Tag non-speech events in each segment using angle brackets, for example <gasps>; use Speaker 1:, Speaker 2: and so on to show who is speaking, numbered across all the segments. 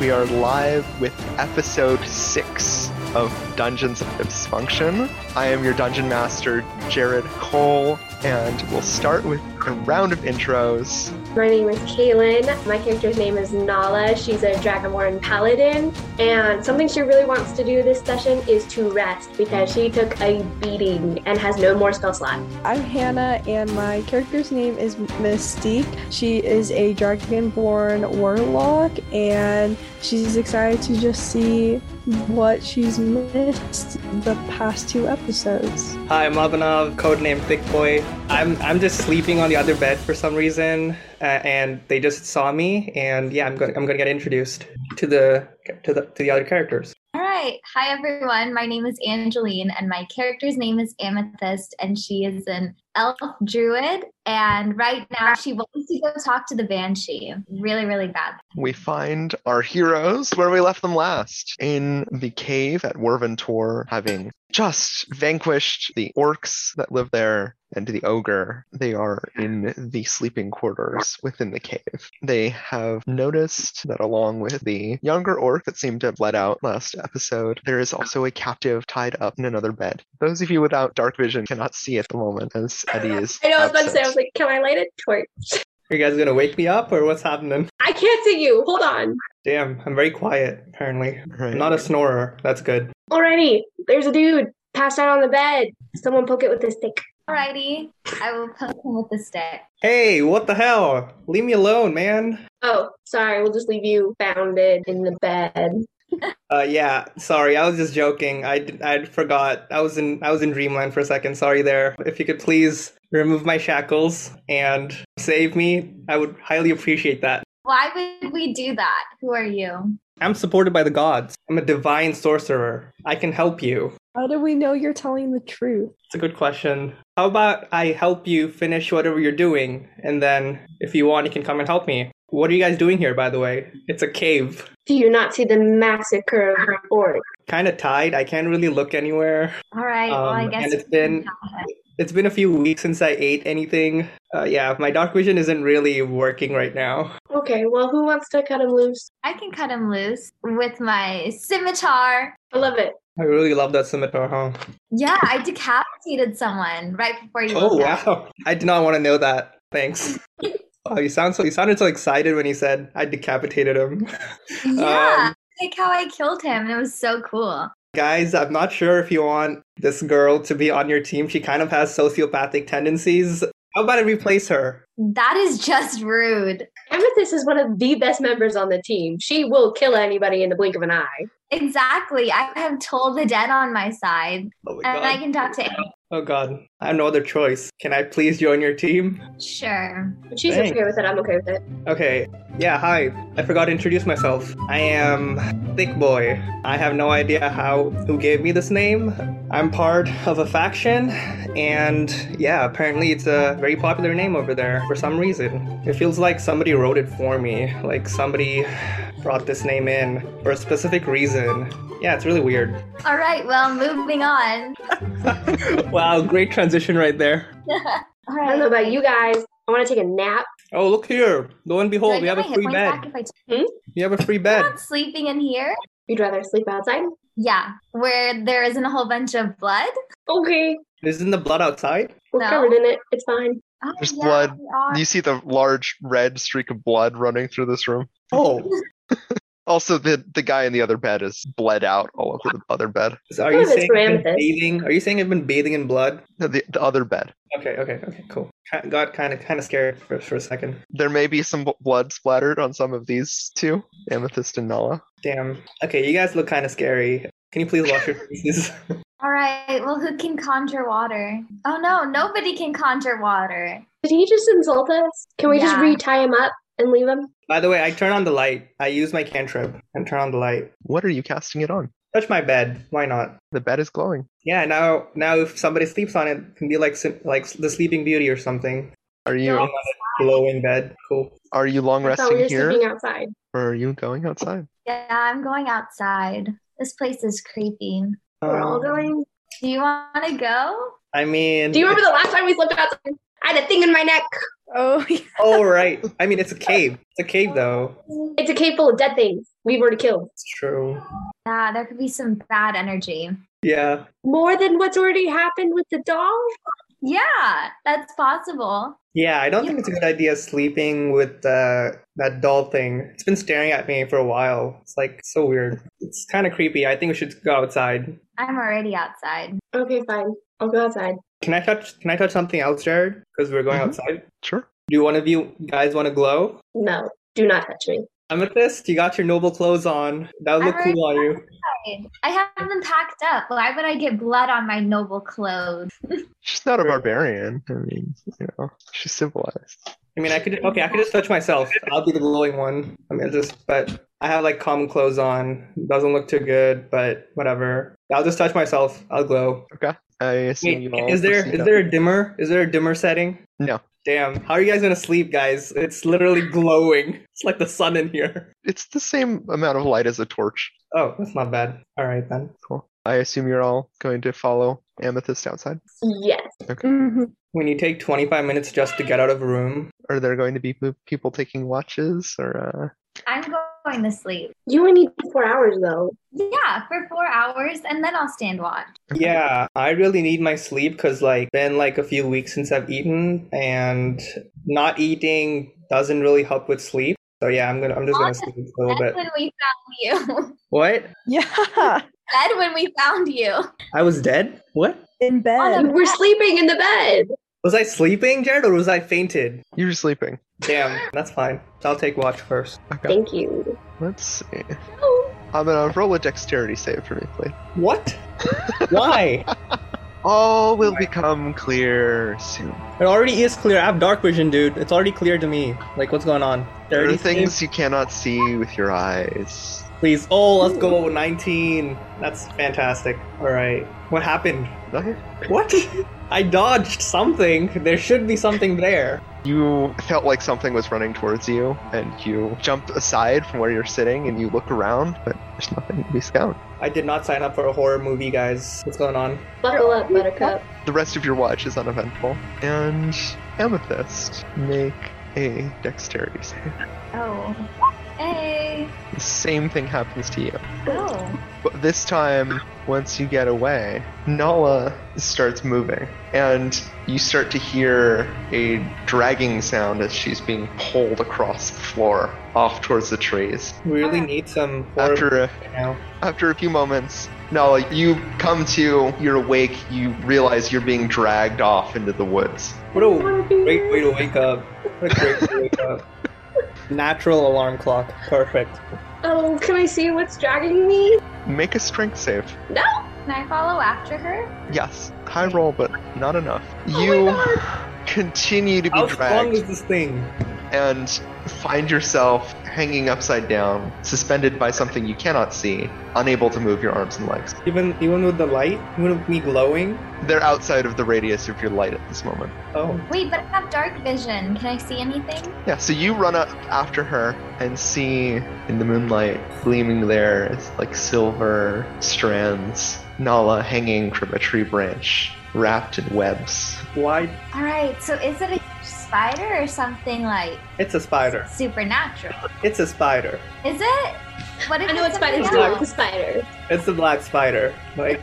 Speaker 1: We are live with episode six of Dungeons of Dysfunction. I am your dungeon master, Jared Cole, and we'll start with a round of intros.
Speaker 2: My name is Kaylin. My character's name is Nala. She's a Dragonborn paladin. And something she really wants to do this session is to rest because she took a beating and has no more spell slot.
Speaker 3: I'm Hannah, and my character's name is Mystique. She is a dragonborn warlock, and she's excited to just see what she's missed the past two episodes.
Speaker 4: Hi, I'm Abhinav, codename Thick Boy. I'm I'm just sleeping on the other bed for some reason, uh, and they just saw me, and yeah, I'm going I'm going to get introduced to the to the to the other characters.
Speaker 5: All right. Hi, everyone. My name is Angeline, and my character's name is Amethyst, and she is an elf druid. And right now, she wants to go talk to the Banshee really, really bad.
Speaker 1: We find our heroes where we left them last in the cave at Werventor, having just vanquished the orcs that live there and the ogre. They are in the sleeping quarters within the cave. They have noticed that along with the younger orc that seemed to have bled out last episode, there is also a captive tied up in another bed. Those of you without dark vision cannot see at the moment as Eddie is.
Speaker 2: I know I was about to say, I
Speaker 1: absent.
Speaker 2: was like, can I light a torch?
Speaker 4: Are you guys going to wake me up, or what's happening?
Speaker 2: I can't see you. Hold on.
Speaker 4: Damn, I'm very quiet apparently.
Speaker 1: Right.
Speaker 4: I'm not a snorer. That's good.
Speaker 2: Alrighty, there's a dude passed out on the bed. Someone poke it with a stick.
Speaker 5: Alrighty. I will poke him with the stick.
Speaker 4: Hey, what the hell? Leave me alone, man.
Speaker 2: Oh, sorry. We'll just leave you bounded in the bed.
Speaker 4: Uh, yeah, sorry, I was just joking. I, d- I forgot. I was in I was in dreamland for a second. Sorry there. If you could please remove my shackles and save me, I would highly appreciate that.
Speaker 5: Why would we do that? Who are you?
Speaker 4: I'm supported by the gods. I'm a divine sorcerer. I can help you.
Speaker 3: How do we know you're telling the truth?
Speaker 4: It's a good question. How about I help you finish whatever you're doing, and then if you want, you can come and help me. What are you guys doing here, by the way? It's a cave.
Speaker 2: Do you not see the massacre of orc?
Speaker 4: Kind of tied. I can't really look anywhere.
Speaker 5: All right. well, I
Speaker 4: Um,
Speaker 5: guess.
Speaker 4: and it's been- It's been a few weeks since I ate anything. Uh, yeah, my dark vision isn't really working right now.
Speaker 2: Okay, well, who wants to cut him loose?
Speaker 5: I can cut him loose with my scimitar.
Speaker 2: I love it.
Speaker 4: I really love that scimitar, huh?
Speaker 5: Yeah, I decapitated someone right before you.
Speaker 4: Oh
Speaker 5: woke up.
Speaker 4: wow! <laughs> I did not want to know that.
Speaker 5: <laughs>
Speaker 4: Thanks. oh, you sound so you sounded so excited when you said I decapitated him.
Speaker 5: Yeah.
Speaker 4: Um,
Speaker 5: like how I killed him. It was so cool.
Speaker 4: Guys, I'm not sure if you want this girl to be on your team. She kind of has sociopathic tendencies. How about I replace her?
Speaker 5: That is just rude.
Speaker 2: Amethyst is one of the best members on the team. She will kill anybody in the blink of an eye.
Speaker 5: Exactly. I have told the dead on my side,
Speaker 4: Oh my
Speaker 5: and I
Speaker 4: god.
Speaker 5: can talk to anyone.
Speaker 4: Oh god. I have no other choice. Can I please join your team?
Speaker 5: Sure.
Speaker 2: If she's
Speaker 4: Thanks.
Speaker 2: okay with it, I'm okay with it.
Speaker 4: Okay. Yeah, hi. I forgot to introduce myself. I am Thick Boy. I have no idea how who gave me this name. I'm part of a faction and yeah, apparently it's a very popular name over there for some reason. It feels like somebody wrote it for me, like somebody brought this name in for a specific reason. Yeah, it's really weird.
Speaker 5: All right. Well, moving on. <laughs>
Speaker 4: wow, great transition right there.
Speaker 5: All
Speaker 2: I don't know about you guys. I want to take a nap.
Speaker 4: Oh, look here. Lo and
Speaker 5: Do I
Speaker 4: behold, we
Speaker 5: get
Speaker 4: have a
Speaker 5: my hit
Speaker 4: free
Speaker 5: points
Speaker 4: bed.
Speaker 5: back if I t-
Speaker 4: You have a free
Speaker 5: I'm
Speaker 4: bed.
Speaker 5: not sleeping in here.
Speaker 2: You'd rather sleep outside?
Speaker 5: Yeah, where there isn't a whole bunch of blood.
Speaker 2: Okay.
Speaker 4: Isn't the blood outside?
Speaker 2: We're
Speaker 5: No.
Speaker 2: covered in it. It's fine.
Speaker 5: Oh,
Speaker 1: There's
Speaker 5: yeah,
Speaker 1: blood.
Speaker 5: we are.
Speaker 1: You see the large red streak of blood running through this room.
Speaker 4: Oh,
Speaker 1: Also, the, the guy in the other bed is bled out all over the other bed.
Speaker 4: So
Speaker 2: Some
Speaker 4: are you
Speaker 2: of it's
Speaker 4: saying I've been
Speaker 2: parameters.
Speaker 4: bathing? Are you saying I've been bathing in blood?
Speaker 1: No, The, the other bed.
Speaker 4: Okay, okay, okay, cool. Ki- Got kind of kind of scared for, for a second.
Speaker 1: There may be some bl- blood splattered on some of these two, Amethyst and Nala.
Speaker 4: Damn. Okay, you guys look kind of scary. Can you please <laughs> wash your faces?
Speaker 5: All right. Well, who can conjure water? Oh no, nobody can conjure water.
Speaker 2: Did he just insult us? Can we just
Speaker 5: Yeah.
Speaker 2: re-tie him up and leave him?
Speaker 4: By the way, I turn on the light. I use my cantrip and turn on the light.
Speaker 1: What are you casting it on?
Speaker 4: Touch my bed. Why not?
Speaker 1: The bed is glowing.
Speaker 4: Yeah. Now, now if somebody sleeps on it, it can be like sim- like the Sleeping Beauty or something.
Speaker 1: Are you
Speaker 4: On a glowing bed. Cool.
Speaker 1: are you long
Speaker 2: I thought
Speaker 1: resting
Speaker 2: we were
Speaker 1: here,
Speaker 2: sleeping outside.
Speaker 1: or are you going outside?
Speaker 5: Yeah, I'm going outside. This place is creepy.
Speaker 2: We're all
Speaker 4: Um,
Speaker 2: going.
Speaker 5: Do you want to go?
Speaker 4: I mean,
Speaker 2: Do you remember the last time we slept outside? I had a thing in my neck. <laughs>
Speaker 3: Oh,
Speaker 4: Oh, right. I mean, it's a cave. It's a cave, though.
Speaker 2: It's a cave full of dead things we've already killed.
Speaker 4: It's true.
Speaker 5: Yeah, there could be some bad energy.
Speaker 4: Yeah.
Speaker 2: More than what's already happened with the doll?
Speaker 5: Yeah, that's possible.
Speaker 4: Yeah, I don't think it's a good idea sleeping with uh, that doll thing. It's been staring at me for a while. It's like so weird. It's kind of creepy. I think we should go outside.
Speaker 5: I'm already outside.
Speaker 2: Okay, fine. I'll go outside.
Speaker 4: Can I touch? Can I touch something else, Jared? Because we're going
Speaker 1: Mhm.
Speaker 4: outside.
Speaker 1: Sure.
Speaker 4: Do one of you guys want to glow?
Speaker 2: No, do not touch me.
Speaker 4: Amethyst, you got your noble clothes on. That would look
Speaker 5: I'm
Speaker 4: cool on you.
Speaker 5: I have them packed up. Why would I get blood on my noble clothes?
Speaker 1: She's not a barbarian. I mean, you know, she's civilized.
Speaker 4: I mean, I could. Okay, I could just touch myself. I'll be the glowing one. I mean, just. But I have like common clothes on. Doesn't look too good, but whatever. I'll just touch myself. I'll glow.
Speaker 1: I assume
Speaker 4: Wait,
Speaker 1: you all.
Speaker 4: is there
Speaker 1: proceed
Speaker 4: is
Speaker 1: up.
Speaker 4: there a dimmer? Is there a dimmer setting?
Speaker 1: No.
Speaker 4: Damn. How are you guys gonna sleep, guys? It's literally glowing. <laughs> It's like the sun in here.
Speaker 1: It's the same amount of light as a torch.
Speaker 4: Oh, that's not bad. All right then.
Speaker 1: Cool. I assume you're all going to follow Amethyst outside.
Speaker 2: Yes.
Speaker 3: hmm
Speaker 4: When you take 25 minutes just to get out of a room,
Speaker 1: Are there going to be mo- people taking watches or? uh,
Speaker 5: I'm going to sleep.
Speaker 2: You only need four hours though.
Speaker 5: Yeah, for four hours, and then I'll stand watch.
Speaker 1: Uh...
Speaker 4: yeah, I really need my sleep because like been like a few weeks since I've eaten, and not eating doesn't really help with sleep. So yeah, I'm gonna I'm just gonna sleep a little bit.
Speaker 5: That's when we found you. <laughs>
Speaker 4: What?
Speaker 3: yeah,
Speaker 5: That's when we found you.
Speaker 4: I was dead. What?
Speaker 3: in
Speaker 5: Oh,
Speaker 3: bed.
Speaker 2: You were sleeping in the bed.
Speaker 4: Was I sleeping, Jared, or was I fainted?
Speaker 1: You're sleeping.
Speaker 4: Damn, that's fine. I'll take watch first.
Speaker 1: Okay.
Speaker 2: Thank you.
Speaker 1: Let's see. I'm gonna roll a dexterity save for me, please. <laughs>
Speaker 4: What? Why?
Speaker 1: All will become clear soon.
Speaker 4: It already is clear. I have dark vision, dude. It's already clear to me. Like, what's going on?
Speaker 1: There are
Speaker 4: 30
Speaker 1: things
Speaker 4: things?
Speaker 1: you cannot see with your eyes.
Speaker 4: Please. Oh, let's go. 19. That's fantastic. All right. What happened?
Speaker 1: Okay.
Speaker 4: What? I dodged something. There should be something there.
Speaker 1: You felt like something was running towards you, and you jump aside from where you're sitting and you look around, but there's nothing to be found.
Speaker 4: I did not sign up for a horror movie, guys. What's going on?
Speaker 2: Buckle up, Buttercup.
Speaker 1: The rest of your watch is uneventful. And Amethyst, make a dexterity save.
Speaker 5: Oh. Hey.
Speaker 1: The same thing happens to you.
Speaker 5: Oh.
Speaker 1: But this time, once you get away, Nala starts moving, and you start to hear a dragging sound as she's being pulled across the floor, off towards the trees.
Speaker 4: We really need some horror
Speaker 1: After a
Speaker 4: right now.
Speaker 1: After a few moments, Nala, you come to, you're awake, you realize you're being dragged off into the woods.
Speaker 4: What a great way to wake up. What a great way to
Speaker 1: <laughs>
Speaker 4: wake up. Natural alarm clock. Perfect.
Speaker 2: Oh, can I see what's dragging me?
Speaker 1: Make a strength save.
Speaker 5: Can I follow after her?
Speaker 1: Yes, high roll, but not enough.
Speaker 2: Oh
Speaker 1: you
Speaker 2: my God.
Speaker 1: continue to be
Speaker 4: How strong
Speaker 1: dragged
Speaker 4: is this thing?
Speaker 1: and find yourself hanging upside down, suspended by something you cannot see, unable to move your arms and legs.
Speaker 4: Even even with the light, even with me glowing.
Speaker 1: They're outside of the radius of your light at this moment.
Speaker 4: Oh,
Speaker 5: Wait, but I have dark vision. Can I see anything?
Speaker 1: Yeah, so you run up after her and see in the moonlight gleaming there, it's like silver strands, Nala hanging from a tree branch, wrapped in webs.
Speaker 4: why?
Speaker 5: All right. So is it a spider or something like
Speaker 4: It's a spider.
Speaker 5: supernatural?
Speaker 4: It's a spider.
Speaker 5: Is it? What if
Speaker 2: I know
Speaker 5: it's
Speaker 2: what spider is.
Speaker 5: something
Speaker 4: Yeah.
Speaker 2: It's
Speaker 5: else?
Speaker 2: a spider.
Speaker 4: It's a black spider. Like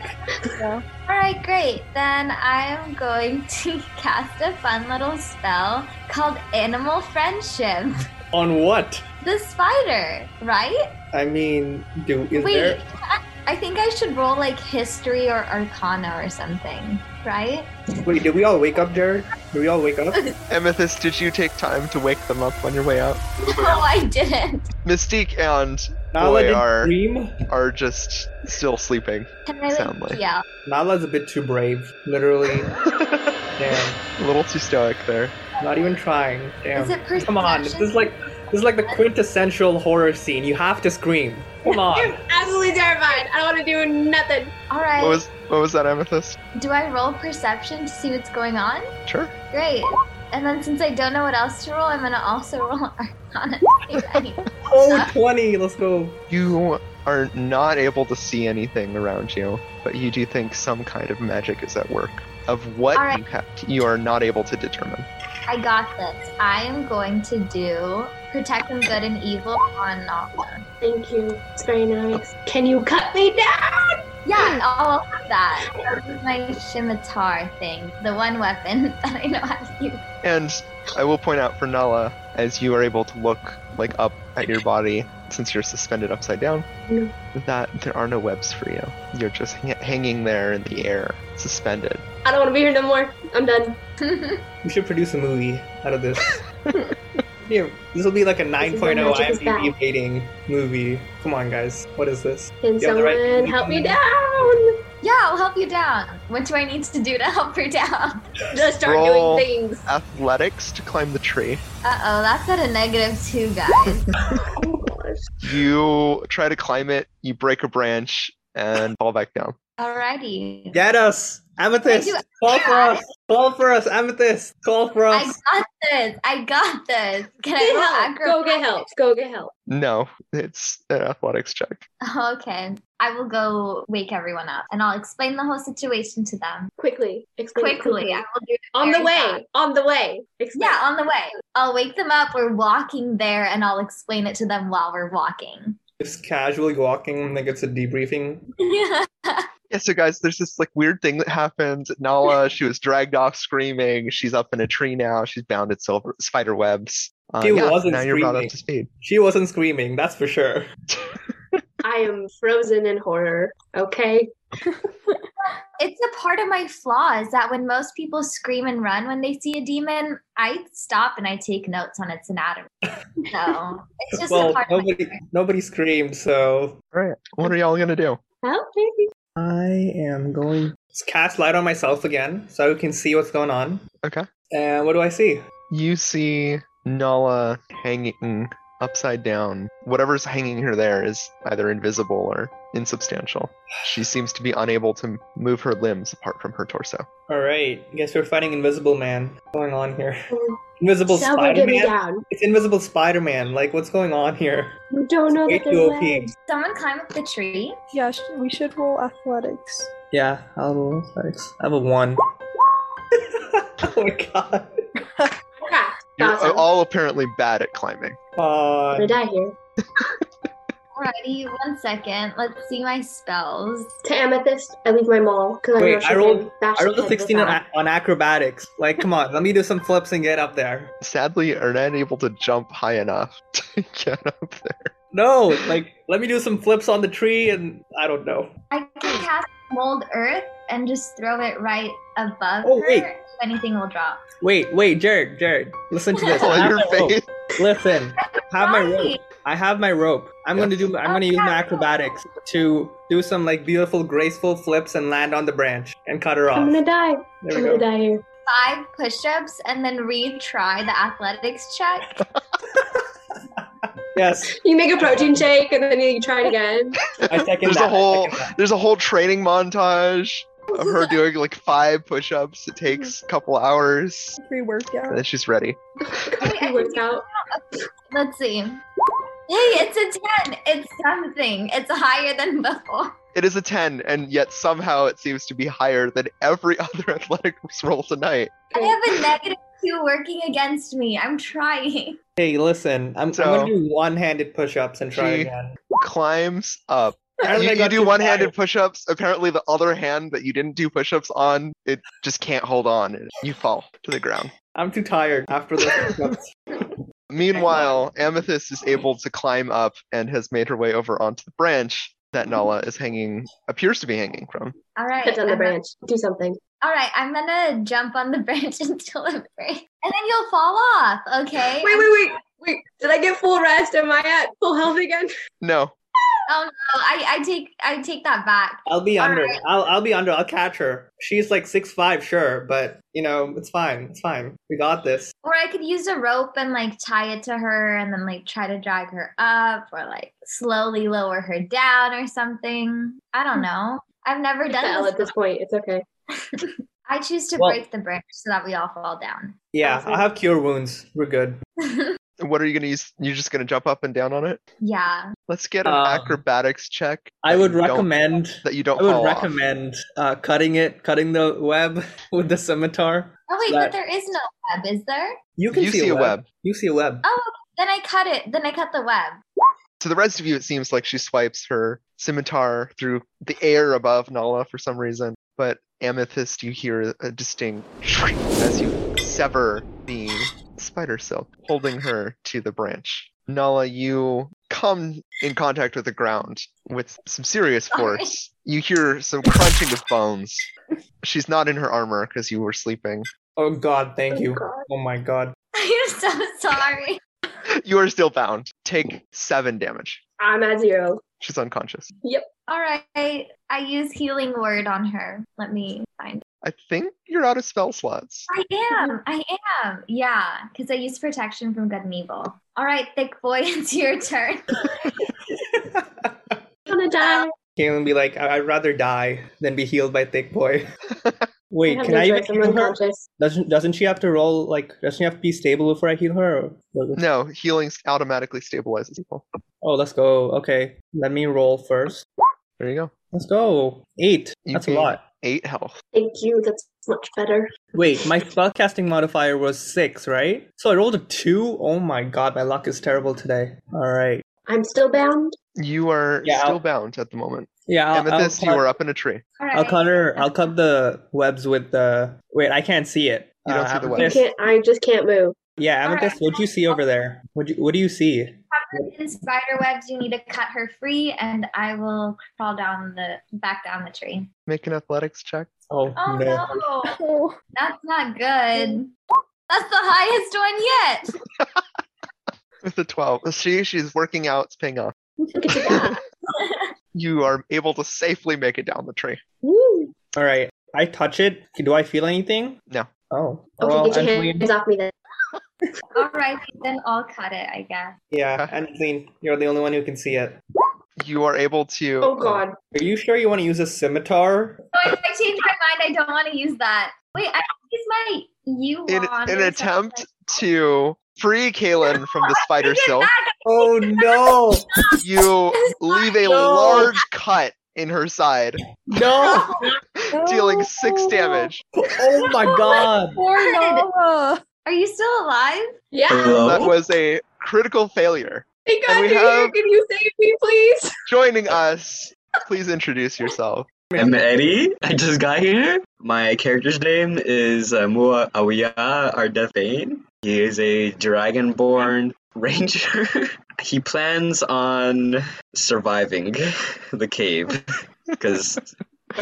Speaker 3: Yeah.
Speaker 5: All right, great. Then I'm going <laughs> to cast a fun little spell called Animal Friendship.
Speaker 4: on what?
Speaker 5: The spider, right?
Speaker 4: I mean, do is
Speaker 5: Wait,
Speaker 4: there?
Speaker 5: I, I think I should roll like history or arcana or something, right?
Speaker 4: Wait, did we all wake up, Jared? Did we all wake
Speaker 5: <laughs>
Speaker 4: up?
Speaker 1: Amethyst, did you take time to wake them up on your way out?
Speaker 5: <laughs> No, I didn't.
Speaker 1: Mystique and
Speaker 4: Nala
Speaker 1: Boy,
Speaker 4: did
Speaker 1: are-
Speaker 4: dream.
Speaker 1: are just still sleeping.
Speaker 5: Can I like
Speaker 1: Soundly.
Speaker 5: yell?
Speaker 4: Nala's a bit too brave. Literally.
Speaker 1: a
Speaker 4: Damn.
Speaker 1: little too stoic there.
Speaker 4: Not even trying. Damn.
Speaker 5: Is it perception?
Speaker 4: Come on. This is like this is like the quintessential horror scene. You have to scream. Come on.
Speaker 2: I'm
Speaker 5: <laughs>
Speaker 2: absolutely terrified. I don't want to do nothing.
Speaker 5: All right.
Speaker 1: What was what was that, Amethyst?
Speaker 5: Do I roll perception to see what's going on?
Speaker 1: Sure.
Speaker 5: Great. And then since I don't know what else to roll, I'm gonna also <laughs> roll Arcana. to see if any-
Speaker 4: Oh, 20. Let's go.
Speaker 1: You are not able to see anything around you, but you do think some kind of magic is at work. Of what
Speaker 5: All right.
Speaker 1: you have, you are not able to determine.
Speaker 5: I got this. I am going to do protect from good and evil on Nala.
Speaker 2: Thank you. It's very nice. Can you cut me down?
Speaker 5: Yeah, I'll have that. That was my scimitar thing, the one weapon <laughs> that I know how to use.
Speaker 1: And I will point out for Nala, as you are able to look like up at your body since you're suspended upside down,
Speaker 2: Mm.
Speaker 5: Mm-hmm.
Speaker 1: that there are no webs for you. You're just hang- hanging there in the air, suspended.
Speaker 2: I don't want to be here no more. I'm done.
Speaker 4: We should produce a movie out of this. Here, this will be like a 9.0
Speaker 2: magic is
Speaker 4: IMDb rating movie. Come on, guys. What is this?
Speaker 2: Can
Speaker 4: Yeah,
Speaker 2: someone
Speaker 4: right.
Speaker 2: help me down?
Speaker 5: <laughs> Yeah, I'll help you down. What do I need to do to help her down?
Speaker 2: Just start
Speaker 1: Roll.
Speaker 2: doing things.
Speaker 1: Athletics to climb the tree.
Speaker 5: Uh oh, that's at a negative two, guys.
Speaker 2: Oh, gosh.
Speaker 1: You try to climb it, you break a branch, and fall back down.
Speaker 5: Alrighty.
Speaker 4: Get us! Amethyst!
Speaker 5: Thank
Speaker 4: Call for us! Call for us, Amethyst! Call for
Speaker 5: I
Speaker 4: us!
Speaker 5: got this. I got this. Can
Speaker 2: Get
Speaker 5: I
Speaker 2: help.
Speaker 5: roll
Speaker 2: Go get help. Go get help.
Speaker 1: No, it's an athletics check.
Speaker 5: acrobatics? <laughs> Okay. I will go wake everyone up and I'll explain the whole situation to them
Speaker 2: Quickly. Explain it
Speaker 5: quickly. I will do it
Speaker 2: On the
Speaker 5: very
Speaker 2: way.
Speaker 5: fast.
Speaker 2: On the way. Explain.
Speaker 5: Yeah, on the way. I'll wake them up. We're walking there and I'll explain it to them while we're walking.
Speaker 4: Just casually walking, and like it's a debriefing.
Speaker 5: Yeah.
Speaker 1: Yeah, so guys, there's this like weird thing that happened.
Speaker 4: <laughs>
Speaker 1: Nala, she was dragged off screaming. She's up in a tree now. She's bound in silver spider webs. Uh,
Speaker 4: She wasn't
Speaker 1: now you're brought up
Speaker 4: screaming.
Speaker 1: to speed.
Speaker 4: She wasn't screaming, that's for sure.
Speaker 2: I am frozen in horror. Okay.
Speaker 5: It's a part of my flaw is that when most people scream and run when they see a demon, I stop and I take notes on its anatomy. So it's just a
Speaker 4: well,
Speaker 5: part of my
Speaker 4: nobody, nobody screamed, so
Speaker 1: What are y'all gonna do?
Speaker 2: Help me.
Speaker 4: I am going to cast light on myself again, so I can see what's going on.
Speaker 1: Okay.
Speaker 4: And what do I see?
Speaker 1: You see Nala hanging upside down. Whatever's hanging her there is either invisible or insubstantial. She seems to be unable to move her limbs apart from her torso.
Speaker 4: All right, guess we're fighting Invisible Man. What's going on here? Invisible
Speaker 2: Someone get
Speaker 4: Spider
Speaker 2: me
Speaker 4: Man.
Speaker 2: down.
Speaker 4: It's Invisible Spider Man. Like, what's going on here?
Speaker 2: We don't know
Speaker 4: Way
Speaker 2: that
Speaker 4: too
Speaker 2: there's
Speaker 4: OP.
Speaker 2: legs.
Speaker 5: someone climb up the tree.
Speaker 3: Yeah, sh- we should roll athletics.
Speaker 4: Yeah, I'll roll six. I have a one. <laughs> oh my god.
Speaker 2: Yeah.
Speaker 1: You're
Speaker 2: Awesome.
Speaker 1: all apparently bad at climbing.
Speaker 2: I'm gonna
Speaker 4: Uh,
Speaker 2: die here.
Speaker 5: Alrighty, one second. Let's see my spells.
Speaker 2: To Amethyst, I leave my mall because I
Speaker 4: Wait,
Speaker 2: know she
Speaker 4: I rolled-
Speaker 2: can bash
Speaker 4: I rolled
Speaker 2: the
Speaker 4: a
Speaker 2: head with
Speaker 4: 16 on,
Speaker 2: that.
Speaker 4: ac- on acrobatics. Like, come on, let me do some flips and get up there.
Speaker 1: Sadly, are not able to jump high enough <laughs> to get up there.
Speaker 4: No, like, let me do some flips on the tree and I don't know.
Speaker 5: I
Speaker 4: Hmm.
Speaker 5: can cast mold earth and just throw it right above
Speaker 4: Oh,
Speaker 5: her.
Speaker 4: wait.
Speaker 5: If anything will drop.
Speaker 4: Wait, wait, Jared, Jared, listen
Speaker 1: <laughs>
Speaker 4: to this.
Speaker 1: Oh,
Speaker 4: I have
Speaker 1: your
Speaker 4: my rope.
Speaker 1: face.
Speaker 4: Listen, have my rope.
Speaker 5: Right.
Speaker 4: I have my rope. I'm gonna do. I'm gonna use my acrobatics to do some like beautiful, graceful flips and land on the branch and cut her off.
Speaker 2: I'm gonna die. I'm
Speaker 4: there we
Speaker 2: gonna
Speaker 4: go.
Speaker 2: die here.
Speaker 5: Five push ups and then retry the athletics check.
Speaker 4: Yes,
Speaker 2: You make a protein shake and then you try it <laughs> again.
Speaker 4: I second
Speaker 1: There's
Speaker 4: that.
Speaker 1: a whole
Speaker 4: I second
Speaker 1: there's a whole training montage of her doing like five push-ups. It takes a couple hours,
Speaker 3: Free
Speaker 2: <laughs>
Speaker 3: workout.
Speaker 1: and then she's ready.
Speaker 5: Wait, I
Speaker 2: It works out.
Speaker 5: Let's see. Hey, it's a 10. It's something. It's higher than before.
Speaker 1: It is a ten, and yet somehow it seems to be higher than every <laughs> other athletics roll tonight.
Speaker 5: I have a negative two working against me. I'm trying.
Speaker 4: that. Hey, listen, I'm,
Speaker 1: So-
Speaker 4: I'm gonna do one-handed push-ups and try
Speaker 1: She- <laughs>
Speaker 4: again.
Speaker 1: Climbs up.
Speaker 4: Apparently
Speaker 1: You,
Speaker 4: I
Speaker 1: you
Speaker 4: got
Speaker 1: do
Speaker 4: too
Speaker 1: one-handed
Speaker 4: wide.
Speaker 1: push-ups. Apparently, the other hand that you didn't do push-ups on, it just can't hold on. and You fall to the ground.
Speaker 4: I'm too tired
Speaker 1: <laughs>
Speaker 4: after those push-ups.
Speaker 1: Meanwhile, Amethyst is able to climb up and has made her way over onto the branch
Speaker 4: Mm-hmm.
Speaker 1: that Nala is hanging, appears to be hanging from.
Speaker 5: All right.
Speaker 2: Cut down the
Speaker 5: I'm-
Speaker 2: branch. Do something.
Speaker 5: All right. I'm going to jump on the <laughs> branch until it breaks. And then you'll fall off. Okay.
Speaker 2: Wait, wait, wait, wait. Did I get full rest? Am I at full health <laughs> again?
Speaker 1: No,
Speaker 5: Oh, I, I take I take that back.
Speaker 4: I'll be
Speaker 5: All
Speaker 4: under.
Speaker 5: right.
Speaker 4: I'll I'll be under. I'll catch her. She's like six five, sure, but you know it's fine. It's fine. We got this.
Speaker 5: Or I could use a rope and like tie it to her and then like try to drag her up or like slowly lower her down or something. I don't know. I've never
Speaker 2: Fell
Speaker 5: done
Speaker 2: at
Speaker 5: this.
Speaker 2: this point. It's okay.
Speaker 5: <laughs> I choose to
Speaker 4: Well-
Speaker 5: break the branch so that we all fall down. <laughs>
Speaker 4: Yeah,
Speaker 2: Awesome.
Speaker 4: I'll have cure wounds. We're good.
Speaker 1: What are you gonna use? You're just gonna jump up and down on it?
Speaker 5: yeah.
Speaker 1: Let's get an
Speaker 4: Um,
Speaker 1: acrobatics check
Speaker 4: I
Speaker 1: that
Speaker 4: would
Speaker 1: you don't-
Speaker 4: recommend.
Speaker 1: that you don't.
Speaker 4: I would
Speaker 1: fall off.
Speaker 4: recommend uh, cutting it, cutting the web <laughs> with the scimitar.
Speaker 5: Oh wait,
Speaker 4: That-
Speaker 5: but there is no web, is there?
Speaker 4: You can
Speaker 1: You
Speaker 4: see, a web. You see a web.
Speaker 5: Oh, then I cut it. Then I cut the web. <laughs>
Speaker 1: To the rest of you, it seems like she swipes her scimitar through the air above Nala for some reason. But Amethyst, you hear a distinct as you sever the spider silk, holding her to the branch. Nala, you come in contact with the ground with some serious
Speaker 5: Sorry.
Speaker 1: force. You hear some crunching of bones. She's not in her armor because you were sleeping. <laughs>
Speaker 4: Oh God, thank you.
Speaker 2: God.
Speaker 4: Oh my God. <laughs>
Speaker 5: I'm so sorry.
Speaker 1: You are still bound. Take seven damage.
Speaker 2: I'm at zero.
Speaker 1: She's unconscious.
Speaker 5: All right. I use healing word on her. Let me find.
Speaker 1: I think you're out of spell slots.
Speaker 5: I am. I am. Yeah, because I use protection from good and evil. All right, thick boy, <laughs> it's your turn.
Speaker 2: I'm gonna die.
Speaker 4: Kaelin be like, I- I'd rather die than be healed by thick boy.
Speaker 2: I
Speaker 4: Wait,
Speaker 2: have
Speaker 4: can
Speaker 2: no
Speaker 4: I even
Speaker 2: choice. I'm
Speaker 4: heal her?
Speaker 2: unconscious.
Speaker 4: Doesn't doesn't she have to roll like doesn't she have to be stable before I heal her? Or
Speaker 1: No, healing s- automatically stabilizes people.
Speaker 4: Oh, let's go. Okay, let me roll first.
Speaker 1: There you go.
Speaker 4: Let's go. Eight.
Speaker 1: You
Speaker 4: That's
Speaker 1: gain-
Speaker 4: a lot.
Speaker 1: Eight health.
Speaker 2: Thank you. That's much better.
Speaker 4: Wait, my spellcasting modifier was six, right? So I rolled a two. Oh my god, my luck is terrible today. All right.
Speaker 2: I'm still bound.
Speaker 1: You are
Speaker 4: Yeah,
Speaker 1: still
Speaker 4: I'll-
Speaker 1: bound at the moment.
Speaker 4: Yeah, I'll, I'll
Speaker 1: Amethyst,
Speaker 4: cut-
Speaker 1: you are up in a tree.
Speaker 5: All
Speaker 4: I'll
Speaker 5: right.
Speaker 4: cut her. I'll cut the webs with the. Wait, I can't see it. Uh,
Speaker 1: You don't see the
Speaker 2: You
Speaker 1: webs.
Speaker 4: Amethyst-
Speaker 2: can't. I just can't <laughs> move.
Speaker 4: Yeah,
Speaker 5: All
Speaker 4: Amethyst,
Speaker 5: right.
Speaker 4: what do you see over there? What do you, What do you see?
Speaker 5: Covered in spider webs, you need to cut her free, and I will crawl down the back down the tree.
Speaker 1: Make an athletics check.
Speaker 4: Oh,
Speaker 5: Oh
Speaker 4: no.
Speaker 5: no,
Speaker 3: Oh,
Speaker 5: that's not good. That's the highest one
Speaker 1: With a 12. She, she's working out. It's paying off.
Speaker 2: Look at
Speaker 5: yet. <laughs> Yeah.
Speaker 2: that.
Speaker 1: You are able to safely make it down the tree.
Speaker 2: Woo.
Speaker 4: All right. I touch it. Do I feel anything?
Speaker 1: No.
Speaker 4: Oh.
Speaker 2: Okay,
Speaker 4: well,
Speaker 2: get your
Speaker 4: I'm
Speaker 2: hands
Speaker 4: clean.
Speaker 2: off me then.
Speaker 5: All right, then I'll cut it, I guess.
Speaker 4: Yeah, and clean. You're the only one who can see it.
Speaker 1: You are able to.
Speaker 2: Oh God.
Speaker 4: Are you sure you want to use a scimitar?
Speaker 5: No, I changed my mind. I don't want to use that. Wait, I can use my you
Speaker 1: In
Speaker 5: wand
Speaker 1: an
Speaker 5: or
Speaker 1: attempt to free Kaelin from
Speaker 4: <laughs>
Speaker 1: the spider
Speaker 5: something.
Speaker 1: silk,
Speaker 4: Oh no!
Speaker 1: you leave a
Speaker 4: No.
Speaker 1: large cut in her side,
Speaker 4: No!
Speaker 1: dealing six damage.
Speaker 4: Oh my god!
Speaker 3: Poor Nala.
Speaker 5: Are you still alive?
Speaker 2: Yeah.
Speaker 4: Hello?
Speaker 1: That was a critical failure.
Speaker 2: Thank
Speaker 1: And
Speaker 2: God
Speaker 1: we
Speaker 2: you're here.
Speaker 1: have-
Speaker 2: Can you save me, please?
Speaker 1: Joining us, please introduce yourself.
Speaker 6: I'm Eddie. I just got here. My character's name is uh, Mua Awiya Ardethane. He is a dragonborn ranger. <laughs> he plans on surviving the cave <laughs> because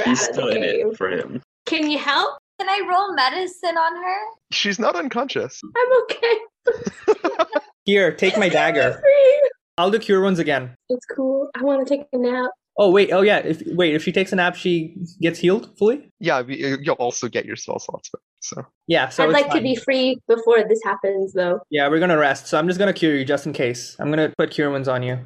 Speaker 6: he's still in it for him.
Speaker 2: Can you help?
Speaker 5: Can I roll medicine on her?
Speaker 1: She's not unconscious.
Speaker 2: I'm okay.
Speaker 4: Here, take my dagger. I'll do cure wounds again.
Speaker 2: It's cool. I want to take a nap.
Speaker 4: Oh wait, oh yeah. If wait, if she takes a nap, she gets healed fully.
Speaker 1: Yeah, we- you'll also get your spell slots back. So
Speaker 4: Yeah. So
Speaker 2: I'd
Speaker 4: it's
Speaker 2: like to
Speaker 4: fine.
Speaker 2: be free before this happens, though.
Speaker 4: Yeah, we're gonna rest. So I'm just gonna cure you just in case. I'm gonna put cure wounds on you.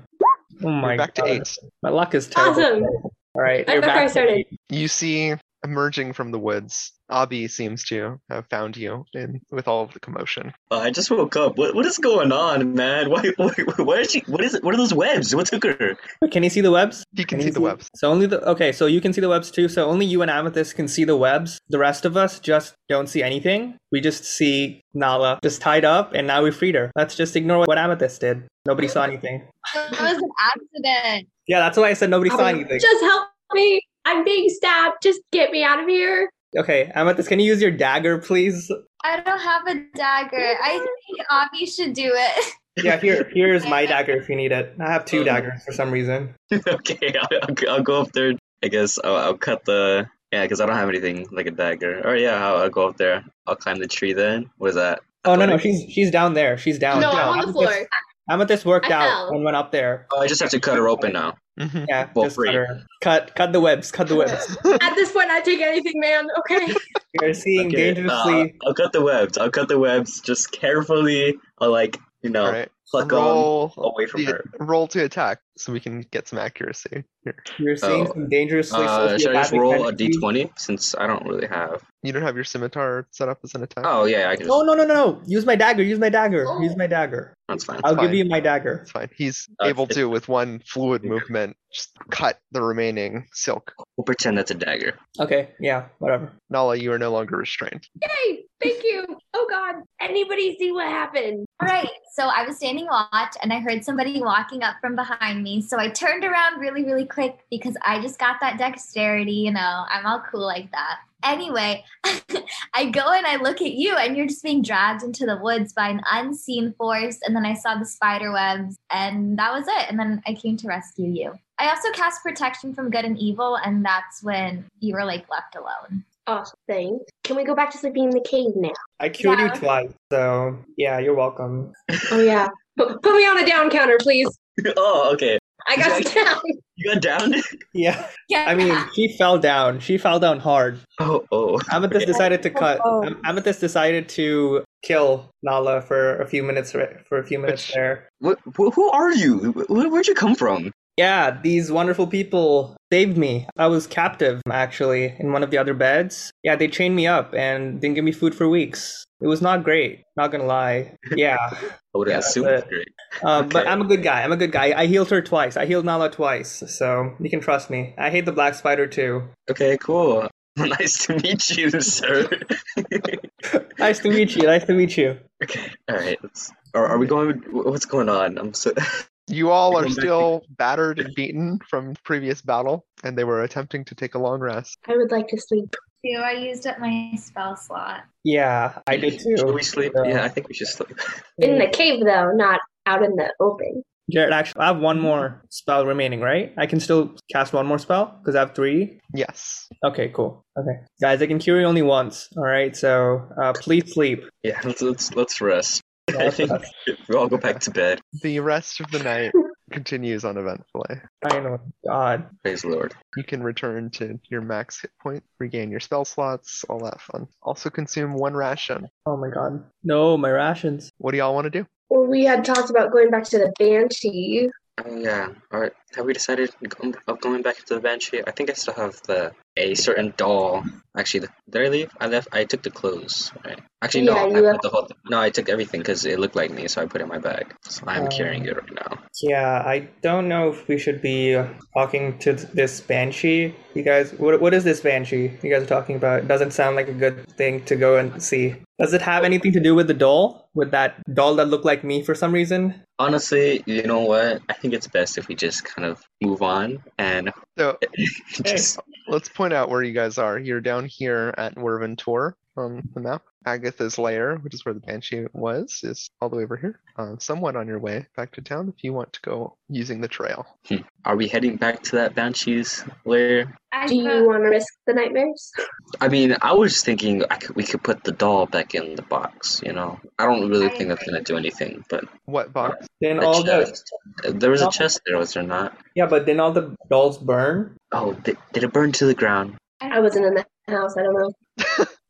Speaker 4: Oh my
Speaker 1: you're back
Speaker 4: god.
Speaker 1: to eight.
Speaker 4: My luck is terrible.
Speaker 2: Awesome.
Speaker 4: All right.
Speaker 2: Right
Speaker 4: you're
Speaker 2: before
Speaker 4: back
Speaker 2: I
Speaker 4: to
Speaker 2: started.
Speaker 4: eight.
Speaker 1: You see emerging from the woods. Abi seems to have found you in with all of the commotion.
Speaker 6: Uh, I just woke up. What what is going on, man? Why <laughs> why, why is she? What is it? What are those webs? What took her?
Speaker 4: Can you see the webs?
Speaker 1: You can see the webs.
Speaker 4: So only the okay, so you can see the webs too. So only you and Amethyst can see the webs. The rest of us just don't see anything. We just see Nala just tied up, and now we freed her. Let's just ignore what Amethyst did. Nobody saw anything.
Speaker 5: It was an accident.
Speaker 4: Yeah, that's why I said nobody saw
Speaker 2: Abby,
Speaker 4: anything.
Speaker 2: Um, Just help me. I'm being stabbed. Just get me out of here.
Speaker 4: Okay, Amethyst, can you use your dagger, please?
Speaker 5: I don't have a dagger. I think Avi should do it. <laughs>
Speaker 4: Yeah, here, here is my dagger if you need it. I have two daggers for some reason.
Speaker 6: <laughs> okay, I'll, I'll, I'll go up there. I guess I'll, I'll cut the yeah, because I don't have anything like a dagger. Or yeah, I'll, I'll go up there. I'll climb the tree. Then what is that?
Speaker 4: Oh no, no, she's she's down there. She's down.
Speaker 2: no, I'm on the
Speaker 4: Amethyst-
Speaker 2: floor.
Speaker 4: Amethyst worked
Speaker 2: I
Speaker 4: out
Speaker 2: fell.
Speaker 4: and went up there.
Speaker 6: Oh, I just have to cut her open now.
Speaker 1: Mhm.
Speaker 4: Yeah,
Speaker 6: Well,
Speaker 4: just cut
Speaker 6: free.
Speaker 4: her. Cut, cut the webs. Cut
Speaker 1: <laughs>
Speaker 2: <laughs>
Speaker 4: the
Speaker 6: <laughs>
Speaker 4: webs.
Speaker 2: <laughs> At this point, I take anything, man. Okay.
Speaker 4: You're seeing
Speaker 6: Okay, uh,
Speaker 4: dangerously.
Speaker 6: I'll cut the webs. I'll cut the webs. Just carefully. I'll like you know
Speaker 1: All right.
Speaker 6: pluck on
Speaker 1: roll
Speaker 6: away from
Speaker 1: the-
Speaker 6: her.
Speaker 1: roll to attack so we can get some accuracy here.
Speaker 4: You're seeing
Speaker 6: Oh.
Speaker 4: some dangerously.
Speaker 6: Uh, should I just
Speaker 4: sociopathic
Speaker 6: roll a
Speaker 4: tendencies.
Speaker 6: d20 since I don't really have?
Speaker 1: You don't have your scimitar set up as an attack.
Speaker 6: Oh yeah, I can.
Speaker 4: No,
Speaker 6: Just...
Speaker 4: no, no, no, no. Use my dagger. Use my dagger.
Speaker 5: Oh.
Speaker 4: Use my dagger.
Speaker 6: That's fine.
Speaker 4: I'll give
Speaker 1: fine.
Speaker 4: you my dagger.
Speaker 1: It's fine. He's
Speaker 6: Uh,
Speaker 1: able
Speaker 6: it's-
Speaker 1: to, with one fluid
Speaker 6: Okay.
Speaker 1: movement, just cut the remaining silk.
Speaker 6: We'll pretend that's a dagger.
Speaker 4: <laughs> Okay, yeah, whatever.
Speaker 1: Nala, you are no longer restrained.
Speaker 2: Yay! Thank you. Oh God! Anybody see what happened?
Speaker 5: All right, so I was standing watch and I heard somebody walking up from behind me. So I turned around really, really quick because I just got that dexterity, you know, I'm all cool like that. Anyway, <laughs> I go and I look at you and you're just being dragged into the woods by an unseen force. And then I saw the spider webs and that was it. And then I came to rescue you. I also cast protection from good and evil, and that's when you were like left alone.
Speaker 2: Awesome. Thanks. Can we go back to sleeping in the cave now?
Speaker 4: I cured
Speaker 5: Yeah.
Speaker 4: you twice, so yeah, you're welcome.
Speaker 2: Oh yeah. Put, put me on a down counter, please.
Speaker 6: oh, okay.
Speaker 2: I <laughs> got down.
Speaker 6: You got down. <laughs>
Speaker 4: Yeah,
Speaker 5: Yeah,
Speaker 4: I
Speaker 5: <laughs>
Speaker 4: mean, she fell down. She fell down hard.
Speaker 6: oh, oh.
Speaker 4: Amethyst decided to cut.
Speaker 3: Oh.
Speaker 4: Am- Amethyst decided to kill Nala for a few minutes. ri- For a few minutes
Speaker 1: Which-
Speaker 4: there.
Speaker 6: What, wh- who are you? Wh- Where'd you come from?
Speaker 4: Yeah, these wonderful people saved me. I was captive, actually, in one of the other beds. Yeah, they chained me up and didn't give me food for weeks. It was not great, not gonna
Speaker 6: <laughs>
Speaker 4: lie. Yeah.
Speaker 6: I would
Speaker 4: Yeah,
Speaker 6: assume
Speaker 4: but-
Speaker 6: it's great.
Speaker 4: Uh, But
Speaker 6: Okay.
Speaker 4: I'm a good guy. I'm a good guy. I healed her twice. I healed Nala twice, so you can trust me. I hate the black spider too.
Speaker 6: Okay, cool. <laughs> nice to meet you, sir. <laughs>
Speaker 4: Nice to meet you. Nice to meet you.
Speaker 6: okay, all right. Let's, are, are we going? wh- What's going on? I'm so.
Speaker 1: You all
Speaker 6: We're
Speaker 1: are
Speaker 6: going back
Speaker 1: still <laughs> battered and beaten from previous battle, and they were attempting to take a long rest.
Speaker 2: I would like to sleep.
Speaker 5: too, I used up my spell slot.
Speaker 4: Yeah, I did too.
Speaker 6: <laughs> Should we sleep?
Speaker 4: So-
Speaker 6: Yeah, I think we should sleep.
Speaker 2: In the cave, though, not out in the open.
Speaker 4: Jared, actually, I have one more spell remaining, right? I can still cast one more spell because I have three.
Speaker 1: Yes.
Speaker 4: Okay, cool. Okay, guys, I can cure you only once. All right, so uh, please <laughs> sleep.
Speaker 6: Yeah, let's let's, let's rest. <laughs> I
Speaker 4: let's
Speaker 6: think we all go back to bed.
Speaker 1: The rest of the
Speaker 6: <laughs>
Speaker 1: night continues uneventfully.
Speaker 4: Finally, God.
Speaker 6: Praise the Lord.
Speaker 1: You can return to your max hit point, regain your spell slots, all that fun. Also, consume one ration.
Speaker 4: Oh my God. No, my rations.
Speaker 1: What do y'all want to do?
Speaker 2: Well, we had talked about going back to the banshee.
Speaker 6: Oh yeah. All right. Have we decided go- of going back to the banshee? I think I still have the a certain doll. Actually, the- did I leave? I left. I took the clothes. Right. Actually, no.
Speaker 2: Yeah, you
Speaker 6: I put
Speaker 2: left-
Speaker 6: the whole. No, I took everything because it looked like me, so I put it in my bag. So I'm
Speaker 4: Oh.
Speaker 6: carrying it right now.
Speaker 4: Yeah, I don't know if we should be uh, talking to th- this banshee. You guys, what what is this banshee you guys are talking about? It doesn't sound like a good thing to go and see. Does it have anything to do with the doll? With that doll that looked like me for some reason?
Speaker 6: Honestly, you know what? I think it's best if we just kind of move on and <laughs>
Speaker 1: So
Speaker 6: just
Speaker 1: let's point out where you guys are. You're down here at Werventor on the map. Agatha's lair, which is where the banshee was, is all the way over here. Uh, somewhat on your way back to town if you want to go using the trail.
Speaker 6: are we heading back to that banshee's lair?
Speaker 5: I
Speaker 2: Do
Speaker 5: wrote-
Speaker 2: you want to risk the nightmares?
Speaker 6: I mean, I was thinking I could, we could put the doll back in the box. You know, I don't really
Speaker 5: I
Speaker 6: think that's
Speaker 5: agree.
Speaker 6: gonna do anything, but
Speaker 1: What
Speaker 4: <laughs>
Speaker 1: box?
Speaker 4: Then
Speaker 6: The
Speaker 4: all the
Speaker 6: chest. there was a
Speaker 4: No.
Speaker 6: chest there, was there not?
Speaker 4: yeah, but then all the dolls burn.
Speaker 6: Oh, th- did it burn to the ground?
Speaker 2: I wasn't in the house. I don't know.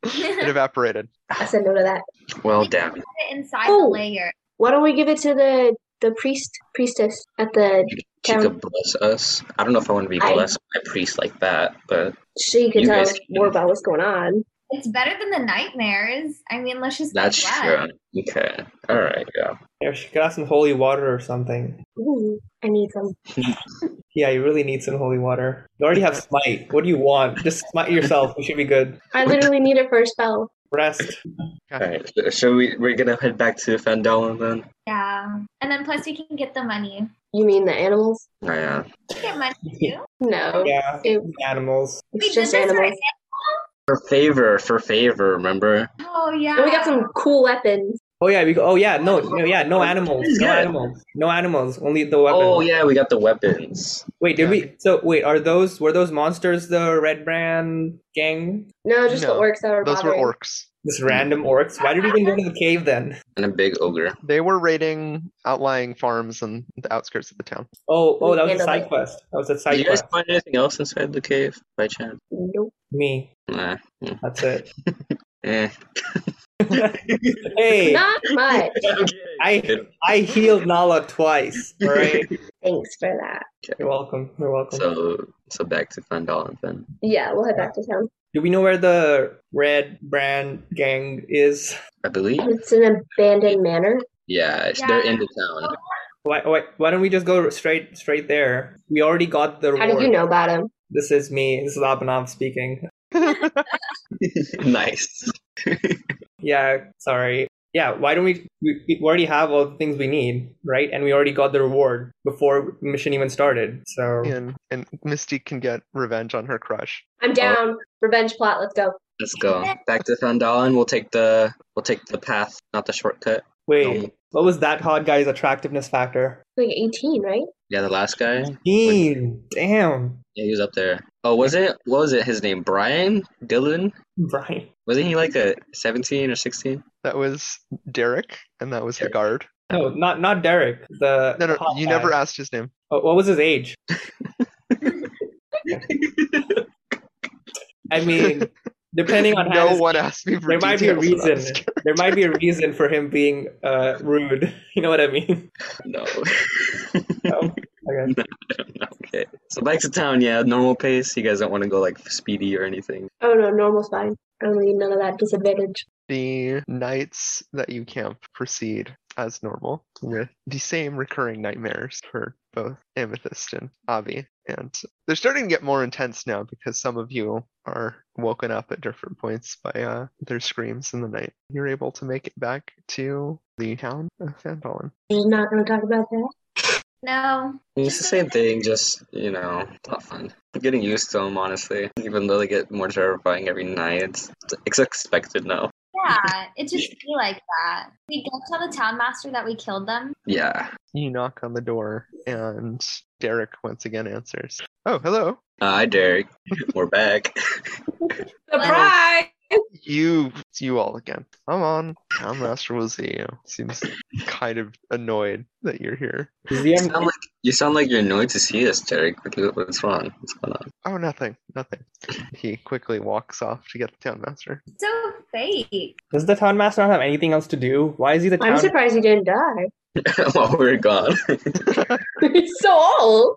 Speaker 1: it
Speaker 6: <laughs>
Speaker 1: evaporated.
Speaker 2: I said no to that.
Speaker 6: Well,
Speaker 5: We can
Speaker 6: damn.
Speaker 5: put it inside
Speaker 2: Oh.
Speaker 5: the layer.
Speaker 2: Why don't we give it to the the priest priestess at the?
Speaker 6: She
Speaker 2: Down.
Speaker 6: could bless us. I don't know if I want to be
Speaker 2: I-
Speaker 6: blessed by a priest like that, but
Speaker 2: She could
Speaker 6: You
Speaker 2: tell
Speaker 6: guys
Speaker 2: us
Speaker 6: can-
Speaker 2: more about what's going on.
Speaker 5: It's better than the nightmares. I mean, let's just be
Speaker 6: that's
Speaker 5: blessed.
Speaker 6: true. Okay. All right. Yeah.
Speaker 4: Yeah, she got some holy water or something.
Speaker 2: Ooh, I need some.
Speaker 4: Yeah, you really need some holy water. You already have smite. What do you want? Just smite yourself. You should be good.
Speaker 2: I literally need it for a spell.
Speaker 4: Rest.
Speaker 6: <laughs> All right. So- So we we're gonna head back to Fandolin then.
Speaker 5: Yeah. And then plus we can get the money.
Speaker 2: You mean the animals?
Speaker 6: Oh, yeah.
Speaker 5: We can get money too.
Speaker 2: No,
Speaker 4: Yeah,
Speaker 2: it,
Speaker 4: animals.
Speaker 5: we
Speaker 2: it's
Speaker 5: did
Speaker 2: just
Speaker 5: this for
Speaker 2: animals.
Speaker 6: For favor, for favor. Remember.
Speaker 5: Oh yeah.
Speaker 2: And we got some cool weapons.
Speaker 4: Oh yeah, we go. Oh yeah, no, no, yeah, no animals, no
Speaker 6: Yeah.
Speaker 4: animals, no animals. Only the weapon.
Speaker 6: Oh yeah, we got the weapons.
Speaker 4: Wait, did we? So wait, are those were those monsters the Red Brand gang?
Speaker 2: No, just
Speaker 1: No,
Speaker 2: the orcs that were
Speaker 1: Those were
Speaker 2: bothering.
Speaker 1: orcs.
Speaker 4: This random orcs. Why did we even go to the cave then?
Speaker 6: And a big ogre.
Speaker 1: They were raiding outlying farms on the outskirts of the town.
Speaker 4: Oh, oh,
Speaker 2: We
Speaker 4: that was a
Speaker 2: handled
Speaker 4: side
Speaker 2: it.
Speaker 4: quest. That was a
Speaker 6: Did
Speaker 4: side
Speaker 6: you guys
Speaker 4: quest.
Speaker 6: find anything else inside the cave by chance?
Speaker 2: Nope.
Speaker 4: Me.
Speaker 6: <laughs> Nah.
Speaker 4: That's it.
Speaker 6: Eh.
Speaker 4: <laughs> Hey,
Speaker 2: Not
Speaker 6: <laughs>
Speaker 2: much.
Speaker 6: I'm
Speaker 4: I
Speaker 6: kidding.
Speaker 4: I healed Nala twice. All right.
Speaker 2: Thanks for that.
Speaker 4: You're welcome. You're welcome.
Speaker 6: So so back to Fandolin then.
Speaker 2: Yeah, we'll head back to town.
Speaker 4: Do we know where the Red Brand Gang is?
Speaker 6: I believe.
Speaker 2: It's an abandoned manor.
Speaker 6: Yeah,
Speaker 5: Yeah.
Speaker 6: they're in the town.
Speaker 4: Why, why, why don't we just go straight straight there? We already got the
Speaker 2: How
Speaker 4: reward.
Speaker 2: did you know about him?
Speaker 4: This is me. This is Abanov speaking. <laughs>
Speaker 6: nice.
Speaker 4: Yeah, sorry. Yeah, why don't we, we? We already have all the things we need, right? And we already got the reward before mission even started. So
Speaker 1: and, and Mystique can get revenge on her crush.
Speaker 2: I'm down. Revenge plot. Let's go.
Speaker 6: Let's go back to Fandolin. We'll take the we'll take the path, not the shortcut.
Speaker 4: wait,
Speaker 6: Um,
Speaker 4: what was that hot guy's attractiveness factor?
Speaker 2: Like 18, right?
Speaker 6: yeah, the last guy.
Speaker 4: Dean, damn,
Speaker 6: Yeah, he was up there. Oh, was it? What was it? His name? Brian Dylan?
Speaker 4: Brian.
Speaker 6: Wasn't he like a seventeen or sixteen?
Speaker 1: That was Derek, and that was the guard.
Speaker 4: No, not not Derek. The
Speaker 1: No,
Speaker 4: the
Speaker 1: no,
Speaker 4: hot
Speaker 1: you
Speaker 4: guy. Oh,
Speaker 1: never asked his name.
Speaker 4: What what was his age? I
Speaker 1: <laughs>
Speaker 4: mean, depending on how
Speaker 1: No
Speaker 4: his- <laughs>
Speaker 1: one asked me for
Speaker 4: there might be a
Speaker 1: details about
Speaker 4: reason. There might be a reason for him being uh, rude. <laughs> You know what I mean?
Speaker 6: No.
Speaker 4: No? Okay.
Speaker 6: <laughs> okay. So back to town. Yeah, normal pace. You guys don't want to go like speedy or anything.
Speaker 2: Oh no, normal's fine. I don't need none of that disadvantage.
Speaker 1: The nights that you camp proceed as normal with the same recurring nightmares for both Amethyst and Avi. And they're starting to get more intense now because some of you are woken up at different points by uh, their screams in the night. You're able to make it back to the town of Fandolin.
Speaker 2: We're not going to talk about that.
Speaker 5: No,
Speaker 6: It's the same thing. Just you know, not fun. Getting used to them, honestly. Even though they get more terrifying every night, it's, it's expected now.
Speaker 5: yeah,
Speaker 2: <laughs>
Speaker 5: it just be like that. We go tell the town master that we killed them.
Speaker 6: Yeah.
Speaker 1: You knock on the door, and Derek once again answers. Oh, hello.
Speaker 6: Uh, Hi, Derek. <laughs> We're back.
Speaker 2: Surprise!
Speaker 1: You, it's you all again. Come on, Town Master will see you. Seems kind of annoyed that you're here.
Speaker 6: You sound like you sound like you're annoyed to see us, Derek. What- What's wrong? What's going on?
Speaker 1: Oh, nothing, nothing. He quickly walks off to get the Town Master.
Speaker 5: So fake.
Speaker 4: Does the town master not have anything else to do? Why is he the
Speaker 2: I'm
Speaker 4: town?
Speaker 2: surprised he didn't die. <laughs>
Speaker 6: <laughs> While we're gone.
Speaker 2: He's so old.